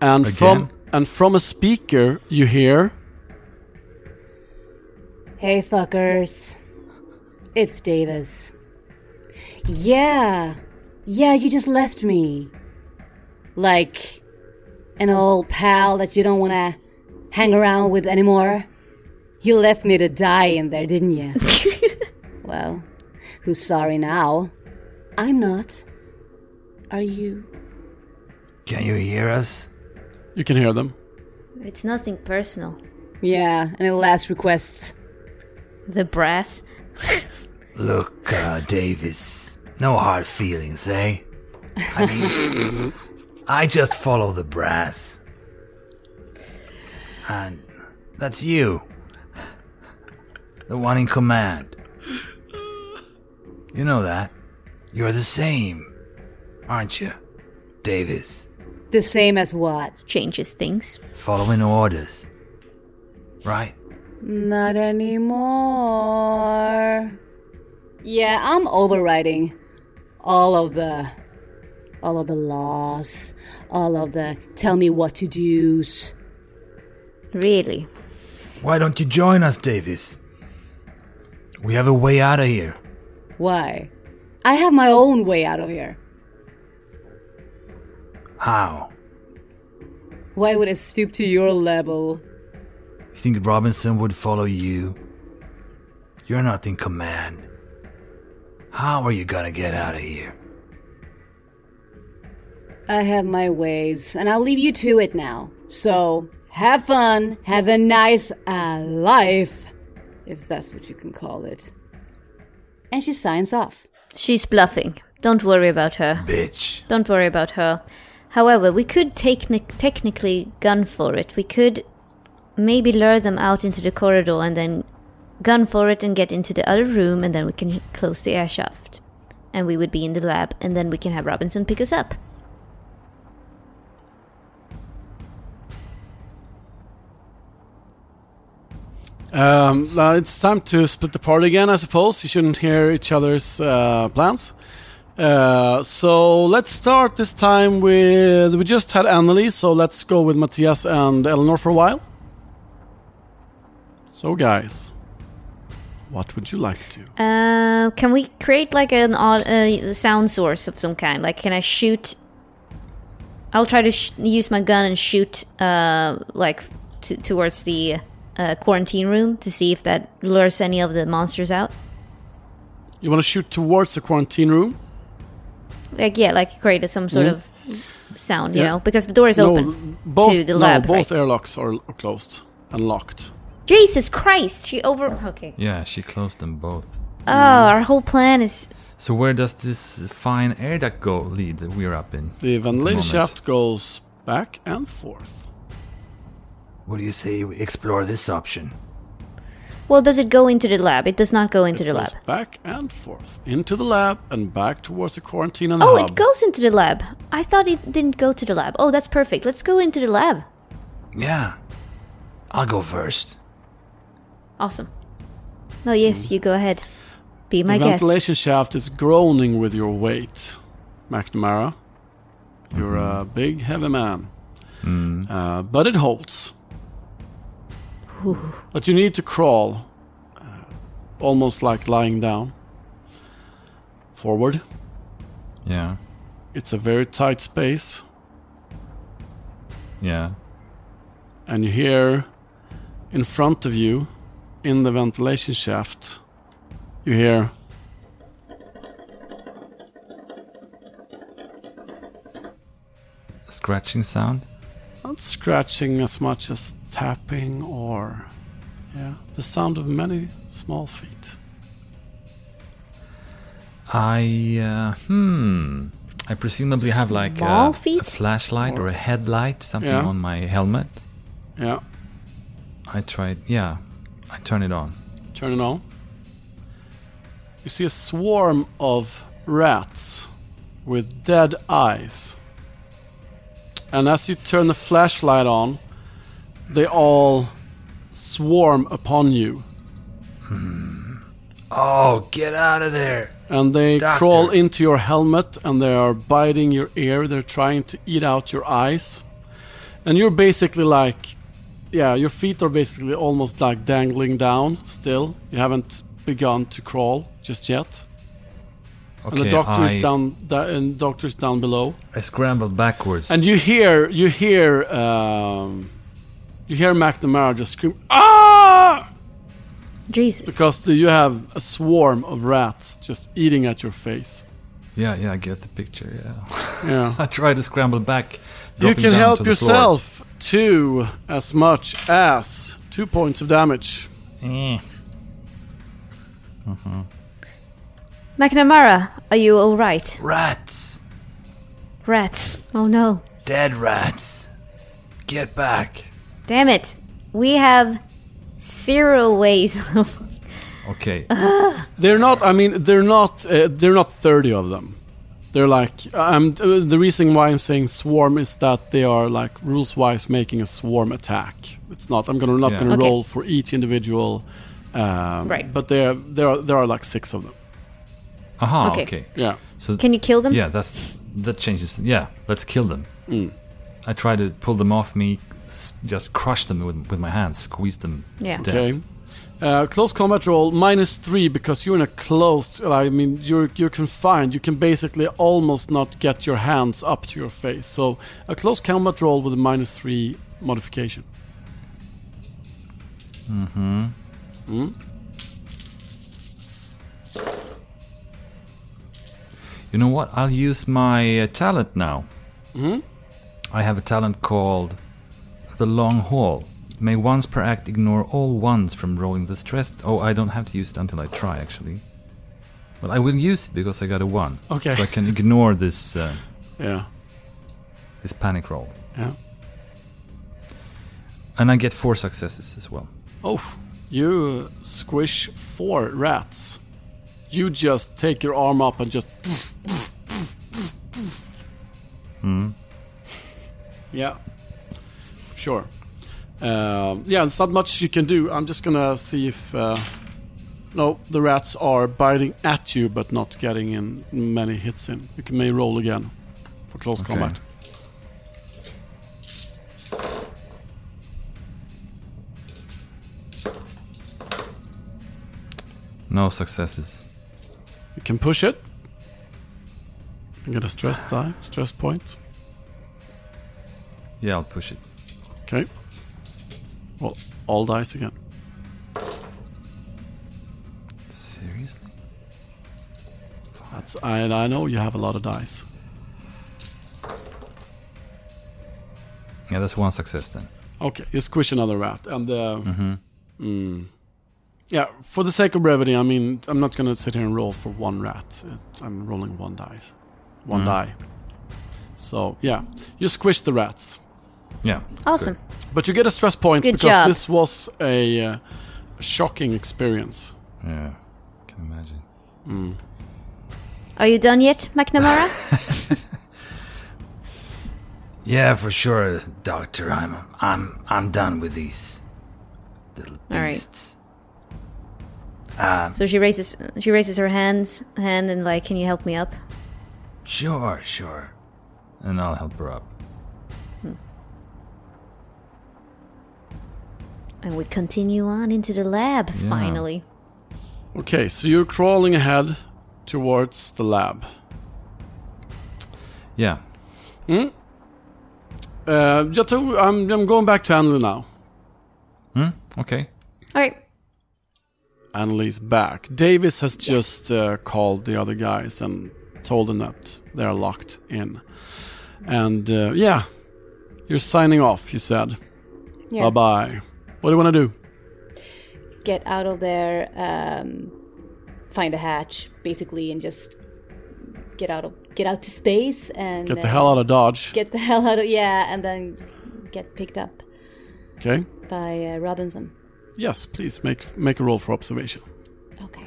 And from
Again?
and from a speaker you hear
Hey, fuckers. It's Davis. Yeah. Yeah, you just left me. Like an old pal that you don't want to hang around with anymore. You left me to die in there, didn't you? well, who's sorry now? I'm not. Are you?
Can you hear us?
you can hear them.
It's nothing personal.
Yeah, and the last requests.
The brass.
Look, uh, Davis, no hard feelings, eh? I mean, I just follow the brass. And that's you. The one in command. You know that. You're the same, aren't you? Davis,
The same as what?
Changes things.
following orders. Right?
Not anymore. Yeah, I'm overriding all of the all of the laws, all of the tell me what to do's.
Really.
Why don't you join us, Davis? We have a way out of here.
Why? I have my own way out of here.
How?
Why would I stoop to your level?
You think Robinson would follow you? You're not in command. How are you gonna get out of here?
I have my ways, and I'll leave you to it now. So, have fun, have a nice uh, life, if that's what you can call it. And she signs off.
She's bluffing. Don't worry about her.
Bitch.
Don't worry about her. However, we could technic- technically gun for it. We could maybe lure them out into the corridor and then gun for it and get into the other room, and then we can close the air shaft. And we would be in the lab, and then we can have Robinson pick us up.
Um, now it's time to split the party again, I suppose. You shouldn't hear each other's uh, plans. Uh, so let's start this time with. We just had Annalise, so let's go with Matthias and Eleanor for a while. So, guys, what would you like to do?
Uh, can we create like an au- uh, sound source of some kind? Like, can I shoot? I'll try to sh- use my gun and shoot, uh, like t- towards the uh, quarantine room to see if that lures any of the monsters out.
You want to shoot towards the quarantine room?
Like, yeah, like create some sort of sound, you
Mm-hmm. Yeah.
know, because the door is open.
both,
the
no,
lab,
both
right?
airlocks are are closed and locked.
Jesus Christ! She over. Okay.
Mm-hmm.
Yeah, she closed them both.
Oh, our whole plan is
So where does this fine air duct go lead that we're up in?
The ventilator
Moment.
shaft goes back and forth.
What do you say we explore this option?
well. Does it go into the lab? It does not go into the lab.
Goes back and forth into the lab and back towards the quarantine and
Oh,
hub.
it goes into the lab. I thought it didn't go to the lab. Oh, that's perfect. Let's go into the lab.
Yeah. I'll go first.
Awesome. No, yes, you go ahead. Be
The
my guest.
ventilation shaft is groaning with your weight, McNamara. You're a big, heavy man. Uh, but it holds. But you need to crawl, uh, almost like lying down, forward.
Yeah,
It's a very tight space,
yeah.
and you hear in front of you, in the ventilation shaft, you hear.
Scratching sound.
Not scratching as much as tapping or. Yeah, the sound of many small feet.
I uh, hmm. I presumably have like
Small
a,
feet?
a flashlight or a headlight, something
Yeah.
on my helmet.
Yeah,
I tried. Yeah, I turn it on.
turn it on. You see a swarm of rats with dead eyes. And as you turn the flashlight on, they all swarm upon you.
Oh, get out of there.
And they
Doctor.
crawl into your helmet and they are biting your ear. They're trying to eat out your eyes. And you're basically like, yeah, your feet are basically almost like dangling down still. You haven't begun to crawl just yet.
Okay,
And the doctor
I-
is down, da- and doctor is down below.
I scrambled backwards.
And you hear, you hear, um, you hear McNamara just scream, ah!
Jesus.
Because you have a swarm of rats just eating at your face.
yeah, yeah. I get the picture. Yeah.
Yeah.
I try to scramble back.
You
dropping
can
down
help
to the floor.
yourself to as much as two points of damage.
Eh.
McNamara, are you all right?
Rats.
Rats. Oh no.
Dead rats. Get back.
Damn it. We have zero ways of.
Okay.
They're not. I mean, they're not. Uh, they're not thirty of them. They're like. I'm. Uh, the reason why I'm saying swarm is that they are like rules-wise making a swarm attack. It's not. I'm gonna not
Yeah.
gonna
Okay.
roll for each individual. Um,
Right.
But there, there are there are like six of them.
Aha.
Okay.
Okay.
Yeah.
So
Can you kill them?
yeah, that's that changes. Yeah, let's kill them. I try to pull them off me, s- just crush them with with my hands, squeeze them.
Yeah.
to death.
Okay. Uh, close combat roll minus three because you're in a close. I mean, you're you're confined. You can basically almost not get your hands up to your face. So a close combat roll with a minus three modification.
Mm-hmm.
Mm?
You know what? I'll use my uh, talent now.
Hmm.
I have a talent called the long haul. May once per act ignore all ones from rolling the stress. Oh, I don't have to use it until I try actually. But I will use it because I got a one.
Okay.
So I can ignore this uh,
Yeah.
this panic roll,
Yeah.
and I get four successes as well.
Oh, you squish four rats. You just take your arm up and just. Yeah, sure. Um, yeah, there's not much you can do. I'm just gonna see if. Uh, no, the rats are biting at you, but not getting in many hits in. You can may roll again for close
Okay.
combat.
No successes.
You can push it. You get a stress die, stress point.
Yeah, I'll push it.
Okay. Well, all dice again.
Seriously?
That's I I know you have a lot of dice.
Yeah, that's one success then.
Okay, you squish another rat, and uh, mm. yeah. For the sake of brevity, I mean, I'm not gonna sit here and roll for one rat. It- I'm rolling one dice, one die. So yeah, you squish the rats,
Yeah.
Awesome.
but you get a stress point
Good
because
job.
this was a uh, shocking experience.
Good. Yeah. Can imagine.
Are you done yet, McNamara?
Yeah, for sure, Doctor. I'm I'm I'm done with these little
All right.
beasts.
so she raises she raises her hands hand and like, can you help me up?
Sure, sure.
And I'll help her up.
And we continue on into the lab finally.
Okay, so you're crawling ahead towards the lab.
Yeah.
Uh, Jatu, I'm I'm going back to Annalie now.
Hmm? Okay.
All right.
Annalise back. Davis has just uh, called the other guys and told them that they're locked in. And uh, yeah, you're signing off, you said.
Yeah.
Bye bye. What do you want to do?
Get out of there, um, find a hatch, basically, and just get out of get out to space and
Get the
uh,
hell out of Dodge.
get the hell out of yeah, and then get picked up
Okay.
by uh, Robinson.
Yes, please make make a roll for observation.
Okay.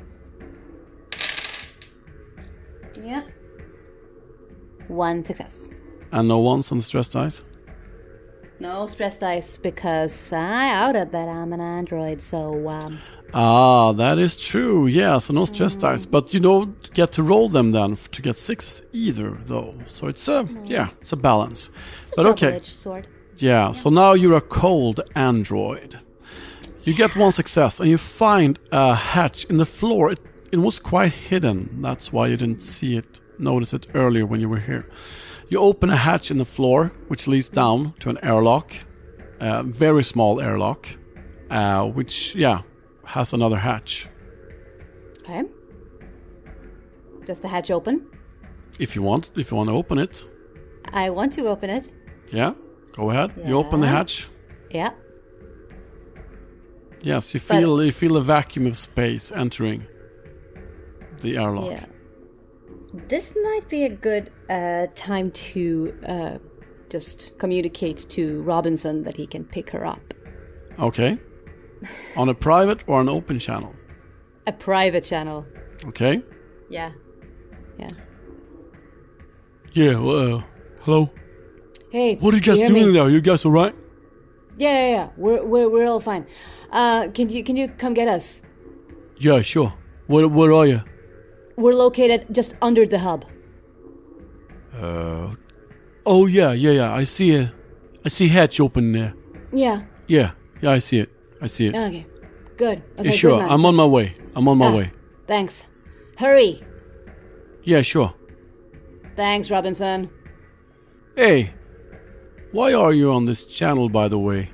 Yeah. One success.
And no ones on the stress dice.
No stress dice because I outed that I'm an android, so um,
Ah, that is true. Yeah, so no stress dice, but you don't get to roll them then f- to get sixes either, though. So it's a yeah, it's a balance. but okay.
double-edged sword.
Yeah, so now you're a cold android. You get one success and you find a hatch in the floor. It, it was quite hidden. That's why you didn't see it, notice it earlier when you were here. You open a hatch in the floor, which leads down to an airlock, a very small airlock, uh, which, yeah, has another hatch
Okay. Does the hatch open?
if you want, if you want to open it.
I want to open it.
Yeah, go ahead. You open the
Yeah.
hatch.
Yeah.
Yes, you
But-
feel you feel a vacuum of space entering the airlock.
Yeah. This might be a good uh, time to uh, just communicate to Robinson that he can pick her up.
Okay. On a private or an open channel.
A private channel.
Okay.
Yeah. Yeah.
Yeah. Well, uh, hello.
Hey,
What are you guys
hear
doing
me?
there? You guys all right?
Yeah, yeah, yeah. We're, we're, we're all fine. Uh, can you can you come get us?
Yeah, sure. Where Where are you?
We're located just under the hub.
Uh. Oh yeah, yeah, yeah. I see a, I see hatch open there.
Yeah.
Yeah, yeah. I see it. I see it.
Okay. Good. Okay,
sure,
good man.
I'm on my way. I'm on my
Ah,
way.
Thanks. Hurry.
Yeah, sure.
Thanks, Robinson.
Hey, why are you on this channel, by the way?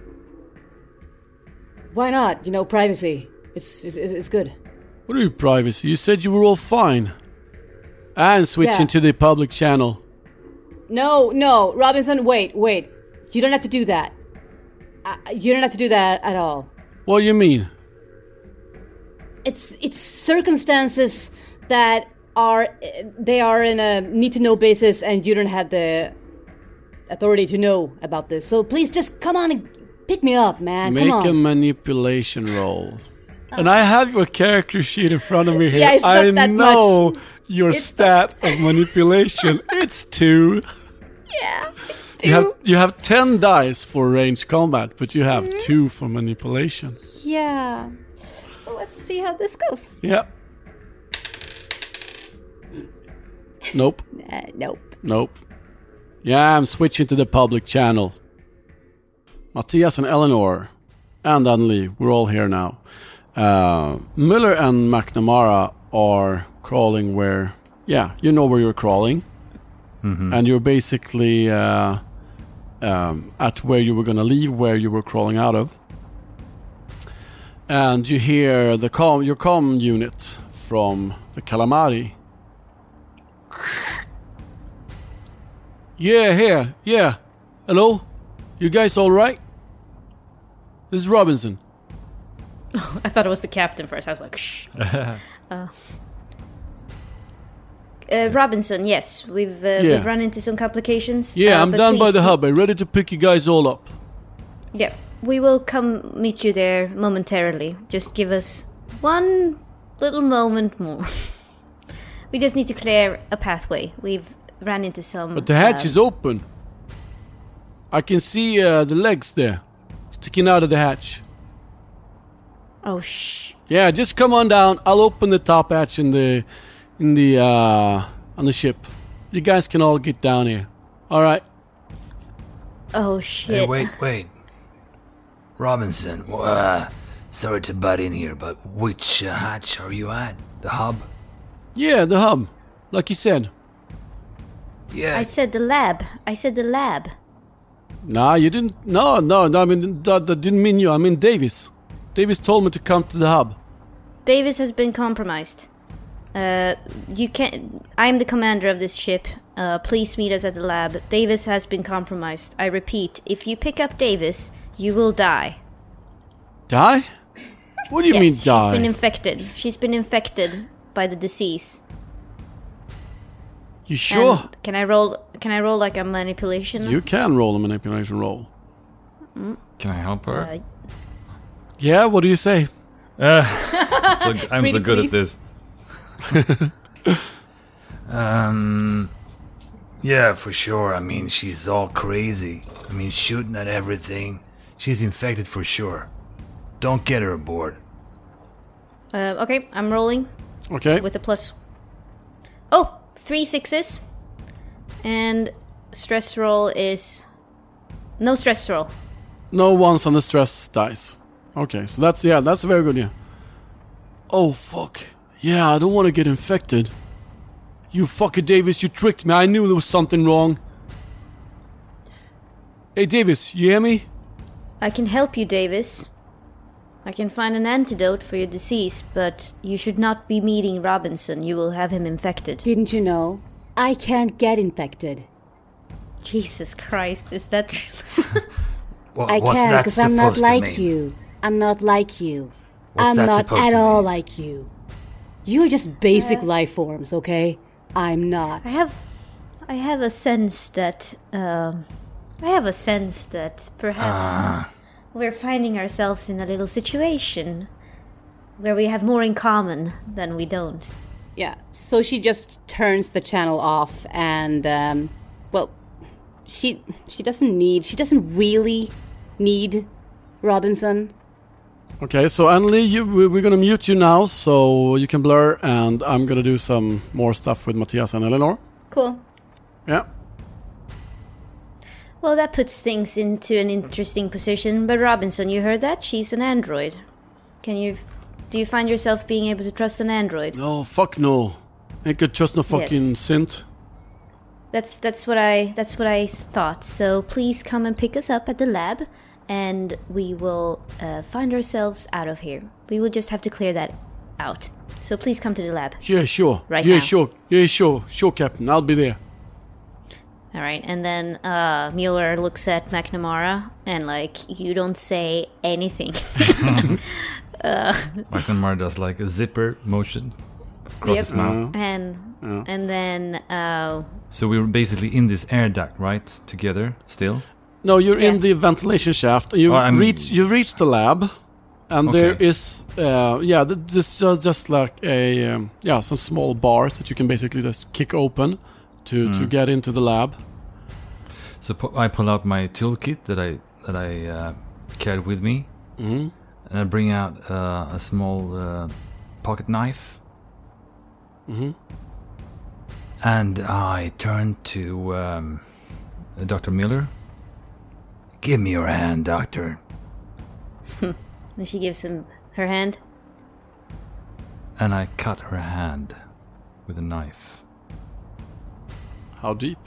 Why not? You know, privacy. It's it's, it's good.
What are your privacy? You said you were all fine. And switching
Yeah.
to the public channel.
No, no, Robinson. Wait, wait. You don't have to do that. Uh, you don't have to do that at all.
What do you mean?
It's it's circumstances that are they are in a need to know basis, and you don't have the authority to know about this. So please, just come on and pick me up, man.
Make
come on. Oh.
a manipulation roll. And I have your character sheet in front of me here.
Yeah, it's not
I
that much.
know your stat of manipulation. it's two.
yeah.
You have you have ten dice for range combat, but you have
Mm-hmm.
two for manipulation.
Yeah. So let's see how this goes.
Yeah. Nope.
Uh, nope.
Nope. Yeah, I'm switching to the public channel. Matthias and Eleanor and Anli, we're all here now. Uh, Muller and McNamara are crawling where. Yeah, you know where you're crawling. And you're basically uh, um, at where you were going to leave, where you were crawling out of. And you hear the com- your com unit from the Calamari. Yeah, here, yeah. Hello? You guys alright? This is Robinson.
I thought it was the captain first. I was like, shh. Uh. Uh, Robinson, yes, we've, uh,
Yeah.
we've run into some complications.
Yeah,
uh,
I'm
but
down by
please-
the hub. I'm ready to pick you guys all up.
Yeah, we will come meet you there momentarily. Just give us one little moment more. we just need to clear a pathway. We've ran into some.
But the hatch
um,
is open. I can see uh, the legs there sticking out of the hatch.
Oh shh.
Yeah, just come on down. I'll open the top hatch in the in the uh on the ship. You guys can all get down here. All right.
Oh shit.
Hey, wait, wait. Robinson, w- uh, sorry to butt in here, but which uh, hatch are you at? The hub?
Yeah, the hub. Like you said.
Yeah.
I said the lab. I said the lab.
Nah, you didn't. No, no, no I mean that, that didn't mean you. I mean Davis. Davis told me to come to the hub.
Davis has been compromised. Uh, you can't. I'm the commander of this ship. Uh, please meet us at the lab. Davis has been compromised. I repeat, if you pick up Davis, you will die.
Die? What do you
yes,
mean
she's been
die?
infected. She's been infected by the disease.
you
And
sure?
can I roll? Can I roll like a manipulation?
you can roll a manipulation roll.
Can I help her?
Uh,
Yeah, what do you say?
So, I'm so
Uh, Pretty
good
please.
at this.
Um, yeah, for sure. I mean, she's all crazy. I mean, shooting at everything. She's infected for sure. Don't get her aboard.
uh, okay, I'm rolling
Okay.
with a plus. Oh, three sixes, and stress roll is no stress roll.
No ones on the stress dice. Okay, so that's yeah, that's very good. Yeah. Oh fuck. Yeah, I don't want to get infected. You fucker, Davis. You tricked me. I knew there was something wrong. Hey, Davis. You hear me?
I can help you, Davis. I can find an antidote for your disease, but you should not be meeting Robinson. You will have him infected.
Didn't you know? I can't get infected.
Jesus Christ, is that true?
What,
I
what's
can
that
because I'm
supposed
not
to
like
mean?
you. I'm not like you.
What's
I'm
that
not
supposed
at
to
all
mean?
like you. You're just basic life forms, okay? I'm not.
I have, I have a sense that, um, I have a sense that perhaps we're finding ourselves in a little situation where we have more in common than we don't.
Yeah. So she just turns the channel off, and um, well, she she doesn't need she doesn't really need Robinson.
Okay, so Annalie, you, we- we're gonna mute you now, so you can blur, and I'm gonna do some more stuff with Matthias and Eleanor.
Cool.
Yeah.
Well, that puts things into an interesting position. But Robinson, you heard that? She's an android. Can you? Do you find yourself being able to trust an android?
No, fuck no. Ain't could trust no fucking synth.
That's that's what I that's what I s- thought. So please come and pick us up at the lab, and we will uh, find ourselves out of here. We will just have to clear that out. So please come to the lab.
Yeah, sure.
Right
yeah,
now.
sure. Yeah, sure. Sure, Captain. I'll be there.
All right, and then uh, Mueller looks at McNamara and like, you don't say anything.
McNamara does like a zipper motion across
Yep.
his mouth.
and and then uh,
So we were basically in this air duct, right? Together, still.
No, you're in
Yeah.
the ventilation shaft. You
Oh, I'm-
reach. You reach the lab, and
Okay.
there is. Uh, yeah, th- this is just like a um, yeah some small bars that you can basically just kick open to to get into the lab.
So pu- I pull out my toolkit that I that I uh, carried with me,
Mm-hmm.
and I bring out uh, a small uh, pocket knife, mm-hmm. and I turn to um, Doctor Miller.
Give me your hand, Doctor.
and she gives him her hand.
and I cut her hand with a knife.
How deep?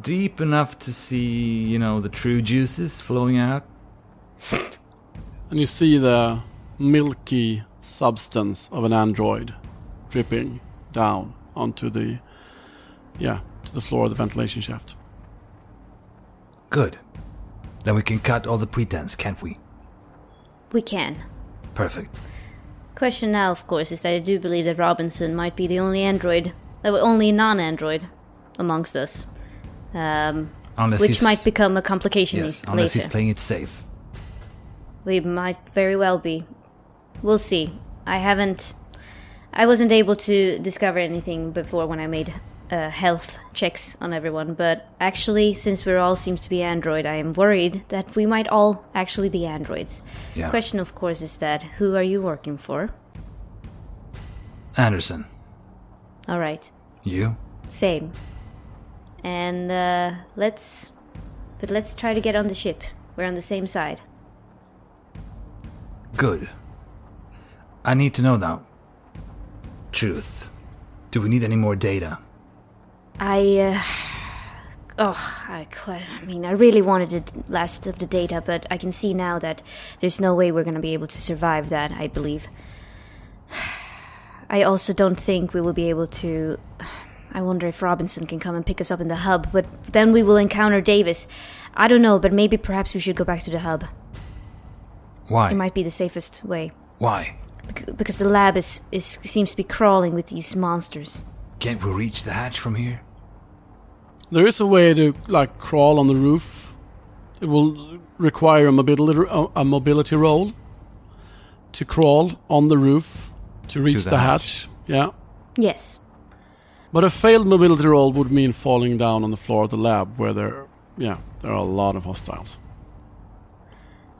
Deep enough to see, you know, the true juices flowing out.
And you see the milky substance of an android dripping down onto the yeah to the floor of the ventilation shaft.
Good. Then we can cut all the pretense, can't we?
We can.
Perfect.
Question now, of course, is that I do believe that Robinson might be the only android, the only non-android, amongst us, um,
Unless
which
he's,
might become a complication
yes, unless he's
later.
playing it safe.
we might very well be. We'll see. I haven't. I wasn't able to discover anything before when I made uh, health checks on everyone, but actually, since we're all seems to be android, I am worried that we might all actually be androids.
Yeah.
Question, of course, is that who are you working for?
Anderson,
All right.
you?
Same. And uh, let's, but let's try to get on the ship. We're on the same side.
Good. I need to know now. Truth. Do we need any more data?
I, uh, oh, I, qu- I mean, I really wanted it last of the data, but I can see now that there's no way we're gonna be able to survive that. I believe. I also don't think we will be able to. I wonder if Robinson can come and pick us up in the hub, but then we will encounter Davis. I don't know, but maybe perhaps we should go back to the hub.
Why?
It might be the safest way.
Why?
Bec- because the lab is, is seems to be crawling with these monsters.
Can't we reach the hatch from here?
There is a way to like crawl on the roof. It will require a mobility a, a mobility roll to crawl on the roof to reach
the
the,
hatch.
hatch. Yeah,
Yes.
but a failed mobility roll would mean falling down on the floor of the lab, where there yeah there are a lot of hostiles.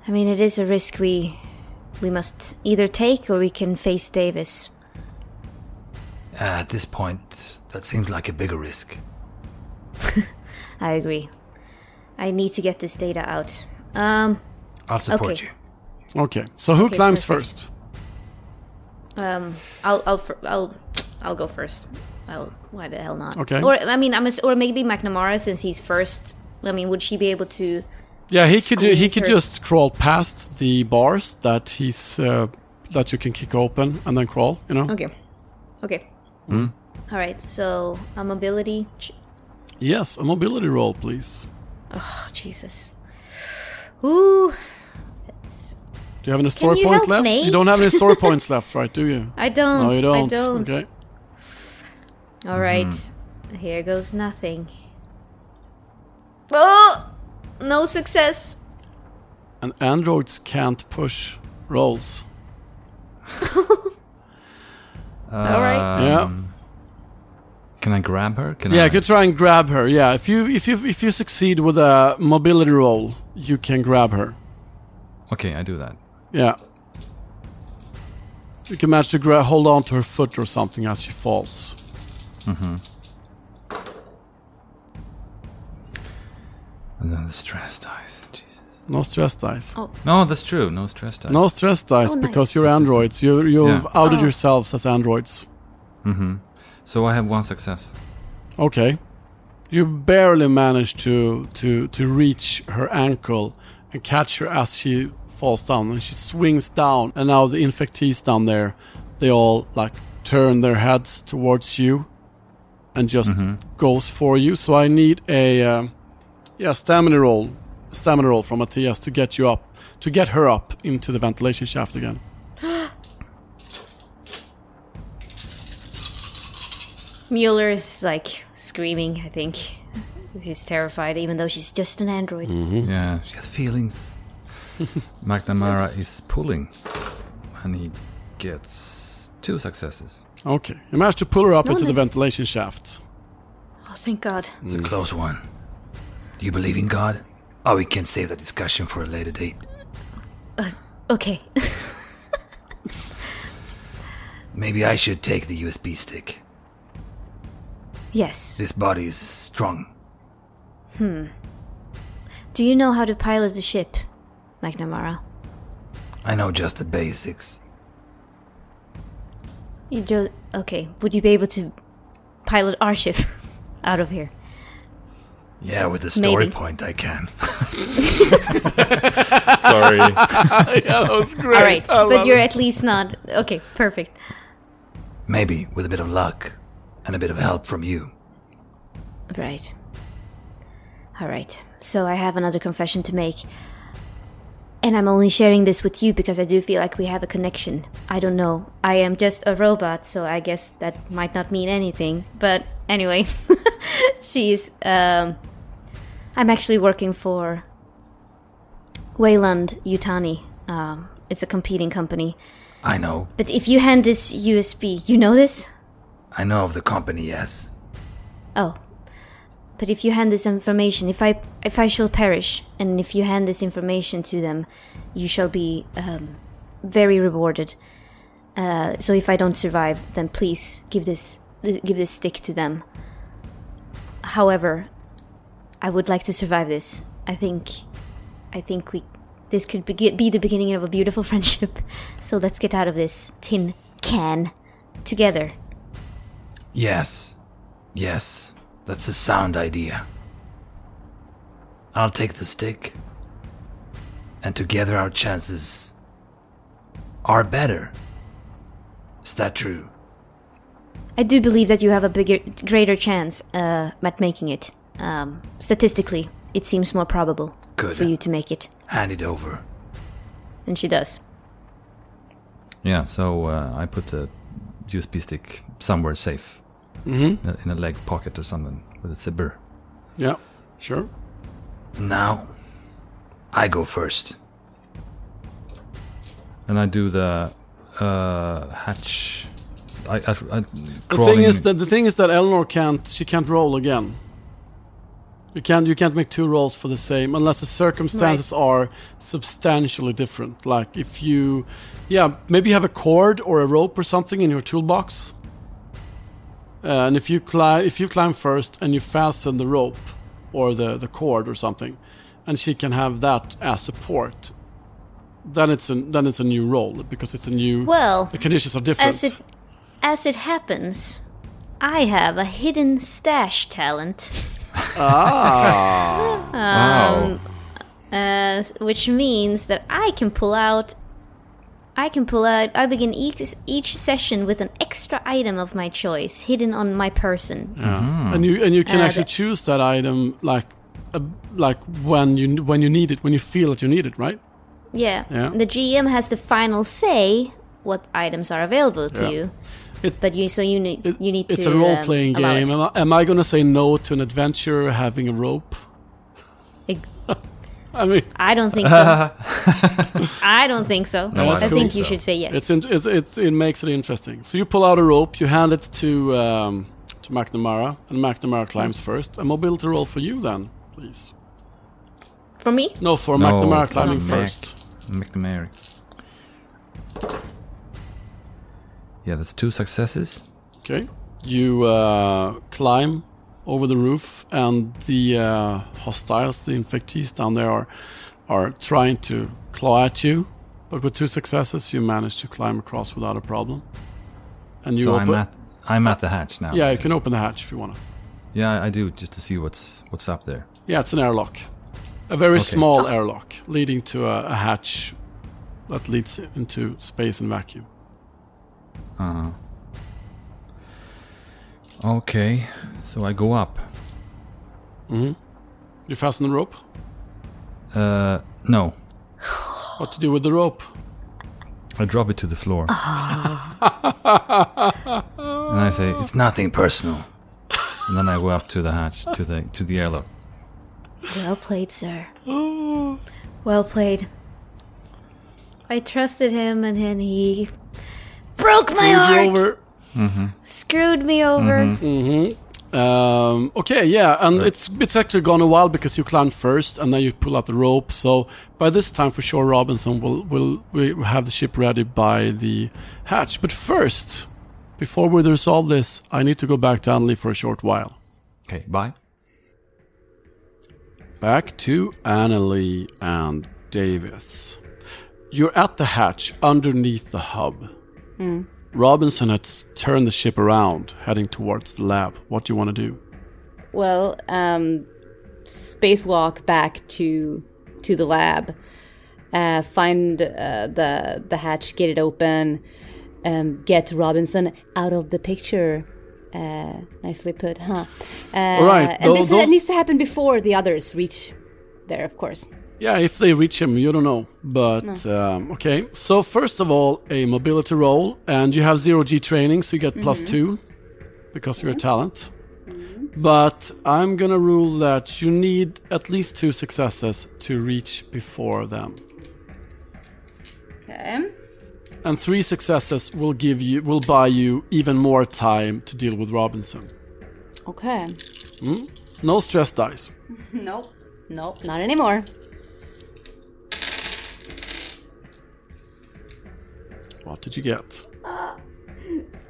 I mean, it is a risk we we must either take or we can face Davis.
Uh, at this point, that seems like a bigger risk.
I agree. I need to get this data out. Um,
I'll support
Okay.
you.
Okay, so who
Okay,
climbs
perfect.
first?
um, I'll I'll fir- I'll I'll go first. I'll why the hell not?
Okay.
Or I mean, I'm ass- or maybe McNamara since he's first. I mean, would she be able to?
Yeah, he could he
Squeeze
could
her-
just crawl past the bars that he's uh, that you can kick open and then crawl. You know.
Okay. Okay.
Hmm?
All right. So a mobility. ch-
Yes, a mobility roll, please.
Oh Jesus. Ooh.
Do you have any story
you
point
help
left?
me?
You don't have any story points left, right? Do you?
I don't.
No, you don't.
I don't.
Okay.
All right. Here goes nothing. Oh! No success.
And androids can't push rolls.
All right.
Uh, Um, Can I grab her? Can
yeah. Yeah,
I?
you could try and grab her. Yeah, if you if you if you succeed with a mobility roll, you can grab her.
Okay, I do that.
Yeah. You can manage to gra- hold on to her foot or something as she falls.
And then the stress dies. Jesus.
No stress dice.
Oh.
No, that's true. No stress dice.
No stress dice
Oh, nice.
because you're
This is-
androids. You you've
Yeah.
outed
Oh.
yourselves as androids.
hmm So I have one success.
Okay. You barely manage to to to reach her ankle and catch her as she falls down and she swings down and now the infectees down there they all like turn their heads towards you and just
Mm-hmm.
goes for you so I need a uh, yeah stamina roll stamina roll from Matthias to get you up to get her up into the ventilation shaft again
Mueller is like screaming, I think. He's terrified, even though she's just an android.
Mm-hmm.
Yeah, she has feelings. McNamara is pulling, and he gets two successes.
okay you manage to pull her up
No,
into the
no.
ventilation shaft
Oh, thank God.
It's a close one. Do you believe in God? Oh, we can save that discussion for a later date.
Okay.
Maybe I should take the USB stick.
yes.
This body is strong.
Do you know how to pilot a ship, McNamara?
I know just the basics.
You just. Okay. Would you be able to pilot our ship out of here?
Yeah, with a story
Maybe.
point, I can.
Sorry.
yeah that was great
All right. But you're at least not. Okay, perfect.
Maybe with a bit of luck and a bit of help from you.
Right. All right. So I have another confession to make. And I'm only sharing this with you because I do feel like we have a connection. I don't know. I am just a robot, so I guess that might not mean anything. But anyway, she's. Um, I'm actually working for Wayland Yutani. Um, it's a competing company.
I know.
But if you hand this USB, you know this?
I know of the company, yes.
Oh. But if you hand this information, if I if I shall perish, and if you hand this information to them, you shall be um, very rewarded. Uh, so if I don't survive, then please give this give this stick to them. However, I would like to survive this. I think, I think we this could be, be the beginning of a beautiful friendship. So let's get out of this tin can together.
Yes. Yes. That's a sound idea. I'll take the stick. And together our chances are better. Is that true?
I do believe that you have a bigger, greater chance uh, at making it. Um, statistically, it seems more probable
Good.
for you to make it,
Hand it over.
and she does.
yeah, so uh, I put the USB stick somewhere safe, mm-hmm. in, a, in a leg pocket or something with a zipper.
yeah sure
Now, I go first.
and I do the uh, hatch. I, I, I
The thing is that the thing is that Eleanor can't she can't roll again. You can't you can't make two rolls for the same unless the circumstances are substantially different. Like if you, yeah, maybe you have a cord or a rope or something in your toolbox. Uh, and if you climb if you climb first and you fasten the rope or the the cord or something, and she can have that as support. Then it's a then it's a new roll because it's a new.
Well,
the conditions are different.
as it as it happens, I have a hidden stash talent,
wow.
uh, s- which means that I can pull out. I can pull out. I begin each each session with an extra item of my choice hidden on my person.
Mm.
and you and you can
Uh,
actually choose that item like uh, like when you when you need it when you feel that you need it right
Yeah.
Yeah.
The GM has the final say what items are available to
Yeah.
you.
It-
but you so you need
It-
you need
it's
to
a role playing
um, allow
game
it.
am I, am I gonna say no to an adventurer having a rope
Ex-
I mean
I don't think so. I don't think so.
No, I
I,
don't
think
think
you
so.
should say yes.
it's, in, it's it's it makes it interesting so you pull out a rope you hand it to um, to McNamara and McNamara climbs
Mm.
first a mobility roll for you then please
For me?
no for
No,
McNamara
for
climbing
Mac.
first
McNamara. Yeah, that's two successes.
Okay. You uh, climb over the roof, and the uh, hostiles, the infectees down there, are are trying to claw at you, but with two successes, you manage to climb across without a problem. And you
so
open.
I'm at I'm at the hatch now.
yeah, you
is it?
can open the hatch if you want to.
Yeah, I do just to see what's what's up there.
Yeah, it's an airlock. A very
Okay.
small airlock leading to a, a hatch that leads into space and vacuum.
Okay, so I go up.
You fasten the rope.
Uh, no,
What to do with the rope?
I drop it to the floor. and I say it's nothing personal. And then I go up to the hatch to the to the airlock.
Well played, sir. well played. I trusted him, and then he broke my heart.
Over.
Screwed me over.
Um, okay, yeah, and it's it's actually gone a while because you climb first and then you pull out the rope. So by this time, for sure, Robinson will will we will have the ship ready by the hatch. But first, before we resolve this, I need to go back to Anley for a short while.
Okay, bye.
Back to Annalie and Davis. You're at the hatch underneath the hub. Robinson has turned the ship around, heading towards the lab. What do you want to do?
Well, um, spacewalk back to to the lab, uh, find uh, the the hatch, get it open, um, get Robinson out of the picture. Uh, nicely put, huh? Uh, All
right,
and
tho-
this that
those-
needs to happen before the others reach there, of course.
Yeah, if they reach him, you don't know. But um, okay, so first of all, a mobility roll, and you have zero G training, so you get plus two because of your talent. But I'm gonna rule that you need at least two successes to reach before them,
Okay.
and three successes will give you will buy you even more time to deal with Robinson.
Okay.
No stress dice.
Nope. Nope. Not anymore.
What did you get?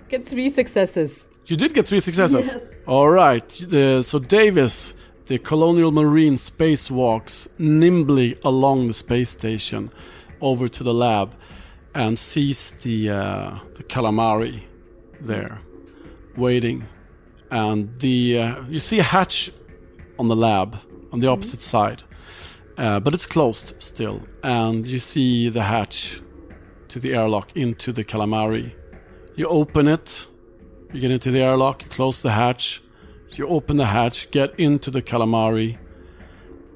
Get three successes.
You did get three successes. All right. The, so Davis, the colonial marine spacewalks nimbly along the space station over to the lab and sees the uh, the calamari there waiting, and the uh, you see a hatch on the lab on the opposite side, uh, but it's closed still, and you see the hatch to the airlock into the calamari. You open it. You get into the airlock, you close the hatch, you open the hatch, get into the calamari,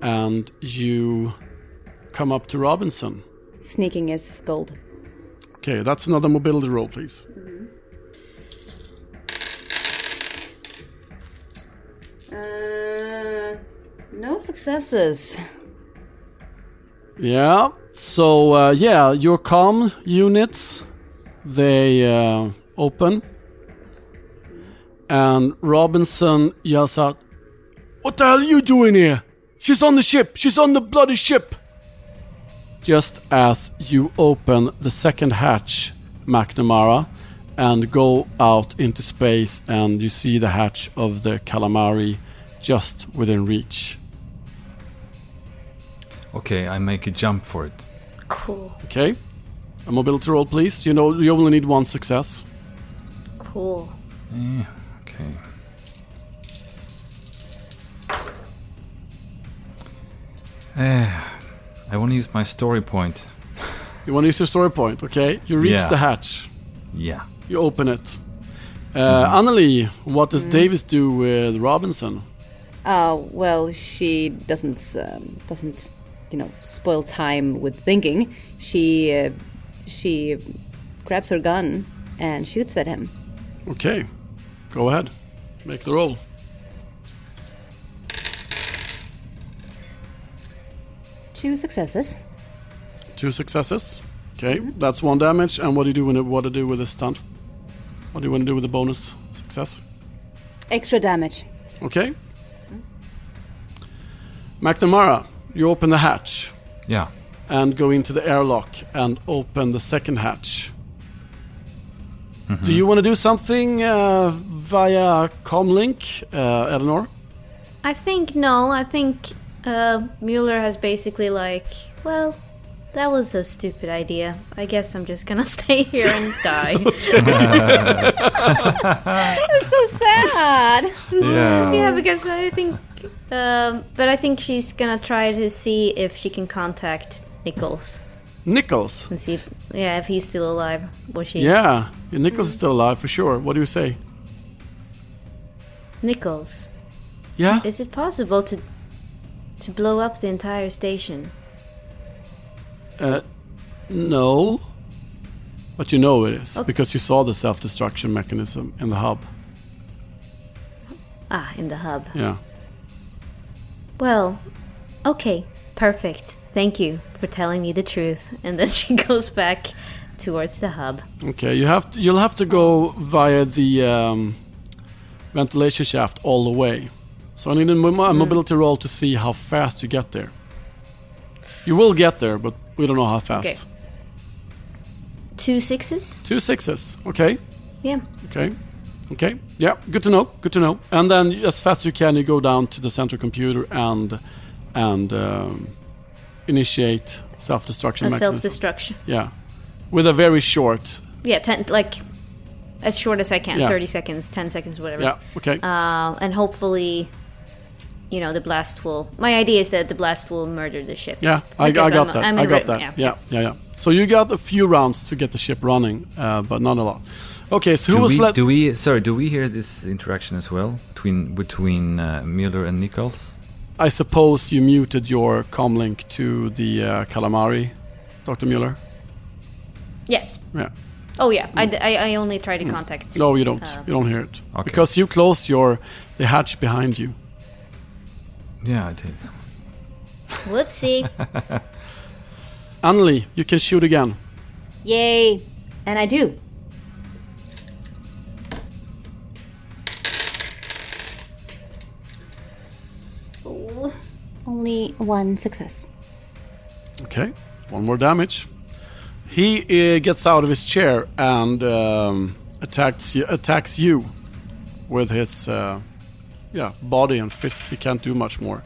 and you come up to Robinson.
Sneaking is gold.
Okay, that's another mobility roll, please.
Uh, no successes.
Yeah. So uh, yeah, your com units they uh, open, and Robinson yells out, "What the hell are you doing here? She's on the ship. She's on the bloody ship!" Just as you open the second hatch, McNamara, and go out into space, and you see the hatch of the calamari just within reach.
Okay, I make a jump for it.
Cool,
Okay. A mobility roll, please. You know, you only need one success.
cool.
Okay. Eh, I want to use my story point.
You want to use your story point, okay? You reach
Yeah.
the hatch.
Yeah.
You open it. Uh, Annelie, what does Davis do with Robinson?
Uh, well, she doesn't um, doesn't you know spoil time with thinking. She uh, she grabs her gun and shoots at him.
Okay. Go ahead. Make the roll.
Two successes.
Two successes. Okay, that's one damage. And what do you do when it, what do you do with the stunt? What do you want to do with the bonus success?
Extra damage.
Okay. McNamara, you open the hatch.
Yeah.
and go into the airlock and open the second hatch. Do you want to do something uh, via comlink, uh, Eleanor?
I think no. I think uh, Mueller has basically like Well, that was a stupid idea. I guess I'm just gonna stay here and die.
That's so sad.
Yeah.
yeah, because I think. Um, but I think she's gonna try to see if she can contact Nichols
Nichols.
and see if yeah if he's still alive or she.
Yeah, Nichols is still alive for sure. What do you say?
Nichols,
Yeah.
is it possible to to blow up the entire station?
Uh, no. But you know it is because you saw the self-destruction mechanism in the hub.
Ah, in the hub.
Yeah.
Well, okay, perfect. Thank you for telling me the truth. And then she goes back towards the hub.
Okay, you have to, you'll have to go via the um, ventilation shaft all the way. So I need a, mo- a
Hmm.
mobility roll to see how fast you get there. You will get there, but we don't know how fast.
Okay. Two sixes?
Two sixes. Okay.
Yeah.
Okay. Okay. Yeah. Good to know. Good to know. And then, as fast as you can, you go down to the central computer and and um, initiate self-destruction
A self
mechanism.
destruction.
yeah. With a very short.
Yeah, ten, like as short as I can
Yeah.
30 seconds, 10 seconds, whatever.
Yeah. Okay.
Uh, and hopefully, you know, the blast will. My idea is that the blast will murder the ship.
Yeah, I, I
Because
got
I'm-
that.
I'm
I
in
got
rhythm,
that. Yeah. yeah, yeah, So you got a few rounds to get the ship running, uh, but not a lot. Okay, so who
Do
was
we,
left?
do we sorry? Do we hear this interaction as well between between uh, Mueller and Nichols?
I suppose you muted your comlink to the uh, calamari, Doctor Mueller.
Yes.
Yeah.
Oh, yeah. I, d- I- I only try to contact.
Hmm. No, you don't.
Uh,
you don't hear it
Okay.
because you closed your the hatch behind you.
Yeah, I did.
Whoopsie.
Annalie, you can shoot again.
Yay. And I do. Ooh, Only one success.
Okay, one more damage. He uh, gets out of his chair and um, attacks you, attacks you with his uh, yeah body and fist. He can't do much more.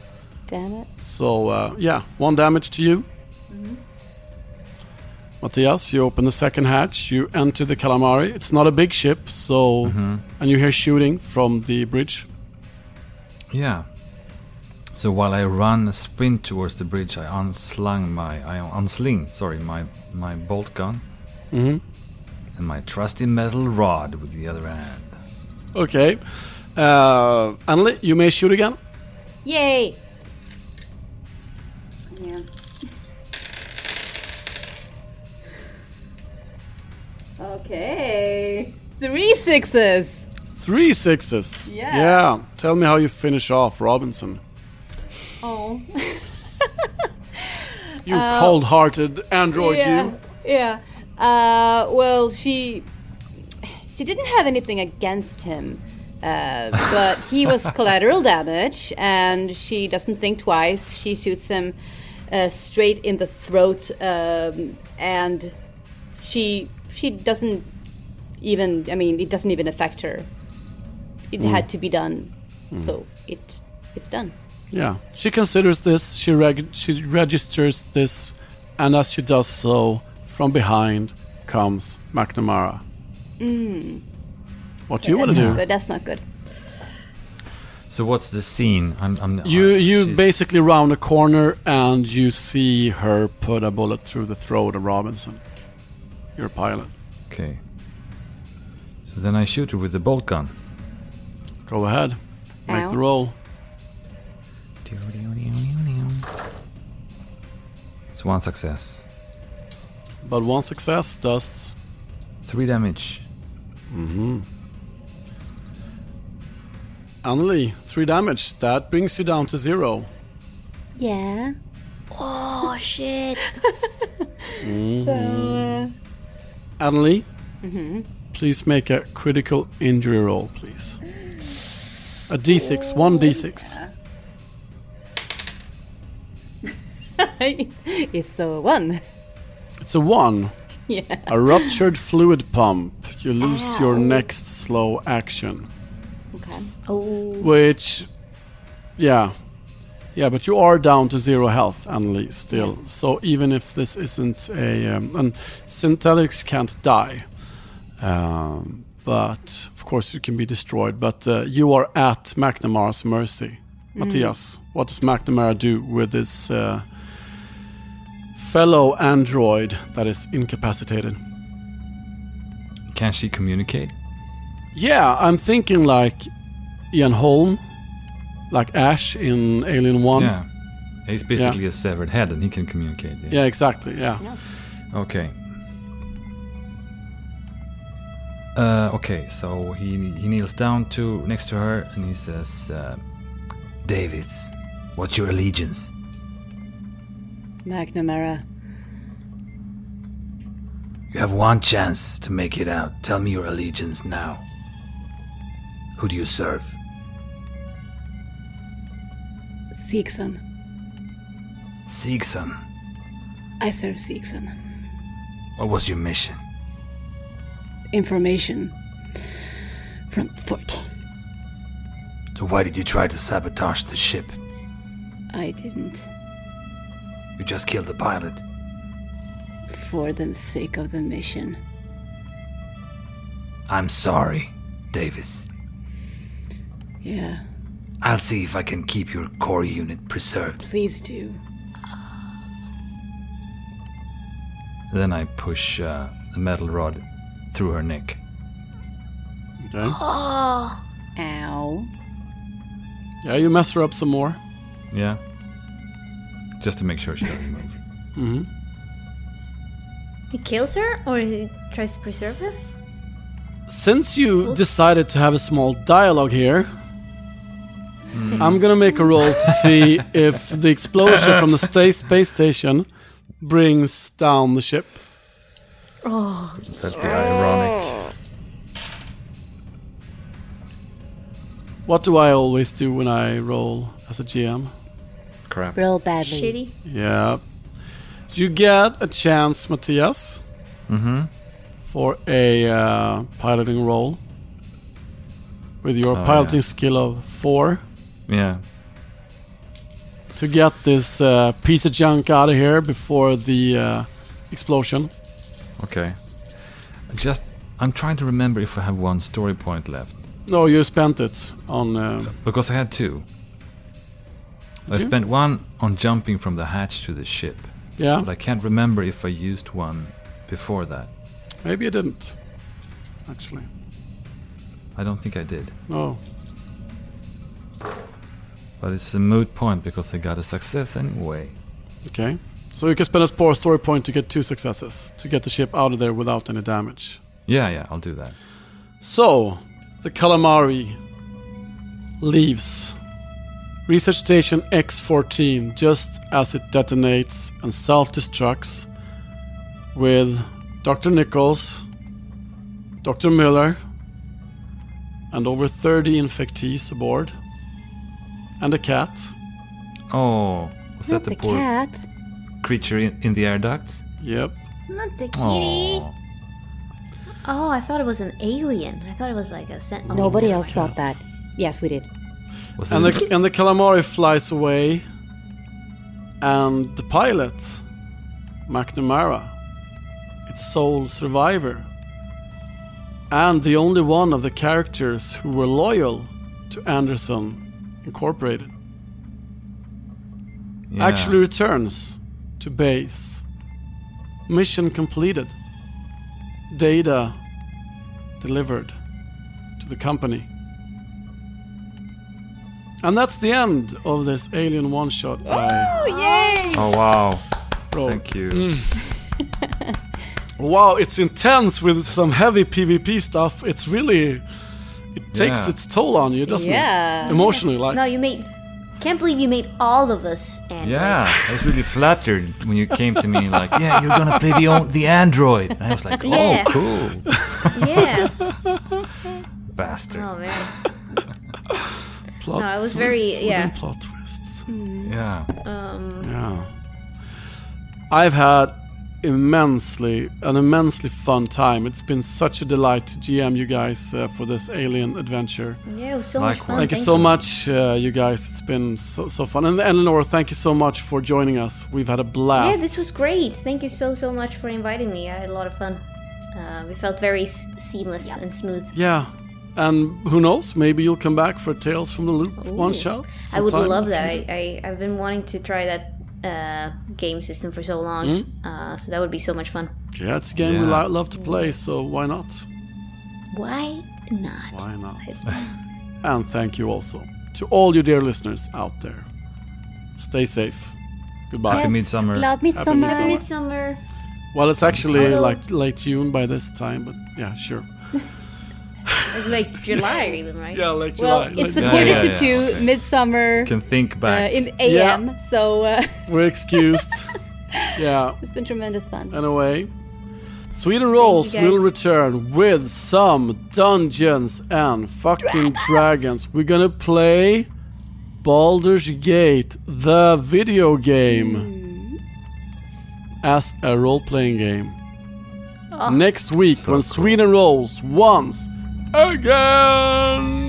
Damn it.
So uh, yeah, one damage to you. Matthias, you open the second hatch. You enter the calamari. It's not a big ship, so and you hear shooting from the bridge.
Yeah. So while I run a sprint towards the bridge, I unslung my I unsling sorry my my bolt gun Mm-hmm. and my trusty metal rod with the other hand.
Okay, uh, Anneli, you may shoot again.
Yay. Yeah. Okay. Three sixes.
Three sixes.
Yeah.
Yeah. Tell me how you finish off Robinson.
Oh.
You cold-hearted android.
Uh, yeah.
You.
Yeah. Uh, well, she she didn't have anything against him, uh, but he was collateral damage, and she doesn't think twice. She shoots him uh, straight in the throat, um, and she she doesn't even. I mean, it doesn't even affect her. It had to be done,
Hmm.
so it it's done.
Yeah. She considers this. She reg- she registers this, and as she does so, from behind comes McNamara. What do you want to
That's not
do?
Mm. good. That's not good.
So what's the scene? I'm, I'm
You
I-
you
Oh, she's-
basically round a corner and you see her put a bullet through the throat of Robinson, your pilot.
okay. So then I shoot her with the bolt gun.
Go ahead, make
Ow.
the roll.
It's one success,
But one success does
three damage.
Annalie, three damage. That brings you down to zero.
Yeah.
oh, shit.
uh,
Annalie,
Mm-hmm.
please make a critical injury roll, please. A d6, one d6.
it's a one.
It's a one.
Yeah.
A ruptured fluid pump. You lose your next slow action,
Okay.
Oh.
which, yeah, Yeah, but you are down to zero health, Anneli, still. So even if this isn't a. Um, and synthetics can't die. Um, but of course, you can be destroyed. But uh, you are at McNamara's mercy. Matthias, what does McNamara do with this uh, fellow android that is incapacitated?
Can she communicate?
Yeah, I'm thinking like Ian Holm, like Ash in Alien 1.
yeah. He's basically a severed head and he can communicate.
Yeah, exactly. Yeah.
Okay. Uh, okay, so he he kneels down to next to her and he says, uh,
Davids, what's your allegiance?
McNamara.
You have one chance to make it out. Tell me your allegiance now. Who do you serve?
Siegson.
Siegson.
I serve Siegson.
What was your mission?
Information from 14.
So why did you try to sabotage the ship?
I didn't.
You just killed the pilot.
For the sake of the mission.
I'm sorry, Davis.
Yeah,
I'll see if I can keep your core unit preserved.
please do.
then I push uh, the metal rod through her neck.
Okay.
Ow.
Yeah, you mess her up some more.
Yeah. Just to make sure she doesn't move.
He kills her or he tries to preserve her?
Since you decided to have a small dialogue here, I'm gonna make a roll to see if the explosion from the sta- space station brings down the ship.
That'd be ironic.
What do I always do when I roll as a GM?
Crap.
Real badly.
Shitty.
Yeah. You get a chance, Matthias, for a uh, piloting roll with your piloting skill of four.
Yeah.
to get this uh, piece of junk out of here before the uh, explosion.
Okay. Just I'm trying to remember if I have one story point left
No, you spent it on. Uh,
because I had two. I
you?
spent one on jumping from the hatch to the ship,
yeah,
but I can't remember if I used one before that.
maybe you didn't. Actually,
I don't think I did.
no.
But it's a moot point because I got a success anyway.
Okay, so you can spend a spore story point to get two successes to get the ship out of there without any damage.
Yeah, yeah, I'll do that.
So, the calamari leaves research station X14 just as it detonates and self destructs with Dr. Nichols, Dr. Miller, and over 30 infectees aboard, and a cat.
Oh, was
Not
that the,
the
poor
cat.
creature in, in the air ducts?
Yep.
Not the kitty.
Oh,
Oh, I thought it was an alien. I thought it was like a oh, sentinel.
Nobody else thought that. Yes, we did.
was
And
it?
the, and the calamari flies away, and the pilot, McNamara, its sole survivor, and the only one of the characters who were loyal to Anderson Incorporated,
yeah.
actually returns to base. Mission completed. Data delivered to the company. And that's the end of this Alien one shot I
Oh wow!
wrote.
Thank you.
Mm. Wow, it's intense with some heavy PvP stuff. It's really. It takes
Yeah.
its toll on you, doesn't
Yeah.
it? Emotionally, like.
No, you made. Can't believe you made all of us. And
Yeah, I was really flattered when you came to me like, "Yeah, you're gonna play the o- the android," and I was like, "Oh,
Yeah.
cool,
Yeah.
bastard!"
Oh man.
plot
No, I was
twists
very-
within
yeah.
Plot twists.
Yeah,
Yeah. I've had immensely an immensely fun time. It's been such a delight to GM you guys uh, for this alien adventure.
Yeah, it was so much
Likewise.
fun.
Thank you so much, uh, you guys. It's been so, so fun. And Eleanor, thank you so much for joining us. We've had a
Yeah,
blast.
this was great. Thank you so so much for inviting me. I had a lot of fun. Uh, we felt very s- seamless and smooth.
Yeah. And who knows? Maybe you'll come back for Tales from the Loop one shot.
I would
sometime.
love that. I, I I've been wanting to try that uh, game system for so long.
Hmm?
Uh, so that would be so much fun.
Yeah, it's a game we
Yeah.
lo- love to play, so why not?
Why not?
Why not? and thank you also to all you dear listeners out there. Stay safe. Goodbye.
Happy midsummer.
Glad
Happy
midsummer.
midsummer.
Well, it's actually
Hello.
like late June by this time, but yeah, sure.
It's like July even, right?
late
Well, it's a
Yeah,
quarter
yeah,
to
yeah.
two, midsummer
can think
uh,
back.
in AM. So uh,
We're excused. yeah.
it's been tremendous fun.
Anyway, Sweden Rolls
guys.
will return with some Dungeons and fucking Dragons. We're gonna play Baldur's Gate, the video game,
Hmm.
as a role playing game.
Ah.
Next week,
So
when
cool.
Sweden Rolls once again.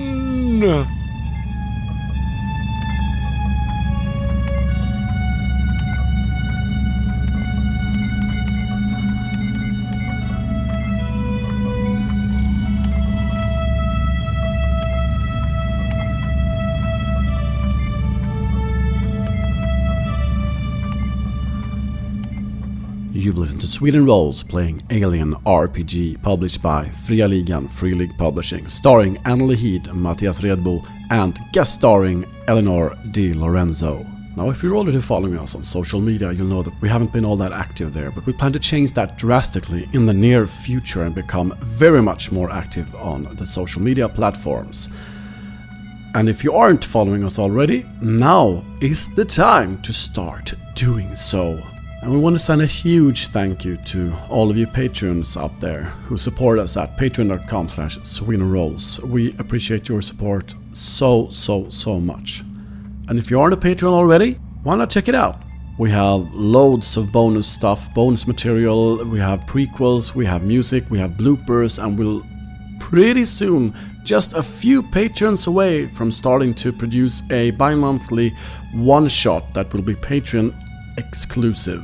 You've listened to Sweden Rolls playing Alien RPG, published by Fria Ligan Free League Publishing, starring Annelie Heed, Matthias Redbo, and guest starring Eleanor Di Lorenzo. Now, if you're already following us on social media, you'll know that we haven't been all that active there, but we plan to change that drastically in the near future and become very much more active on the social media platforms. And if you aren't following us already, now is the time to start doing so. And we want to send a huge thank you to all of you patrons out there who support us at patreon.com slash swinrolls. We appreciate your support so, so, so much. And if you aren't a patron already, why not check it out? We have loads of bonus stuff, bonus material, we have prequels, we have music, we have bloopers, and we'll pretty soon, just a few patrons away from starting to produce a bi monthly one shot that will be Patreon exclusive.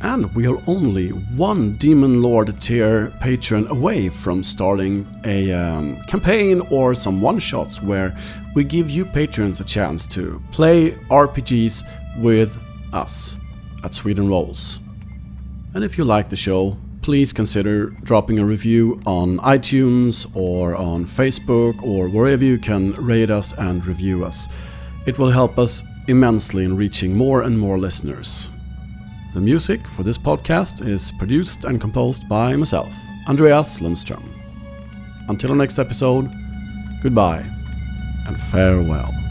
And we are only one Demon Lord tier patron away from starting a um, campaign or some one shots where we give you patrons a chance to play RPGs with us at Sweden Rolls. And if you like the show, please consider dropping a review on iTunes or on Facebook or wherever you can rate us and review us. It will help us immensely in reaching more and more listeners. The music for this podcast is produced and composed by myself, Andreas Lundström. Until our next episode, goodbye and farewell.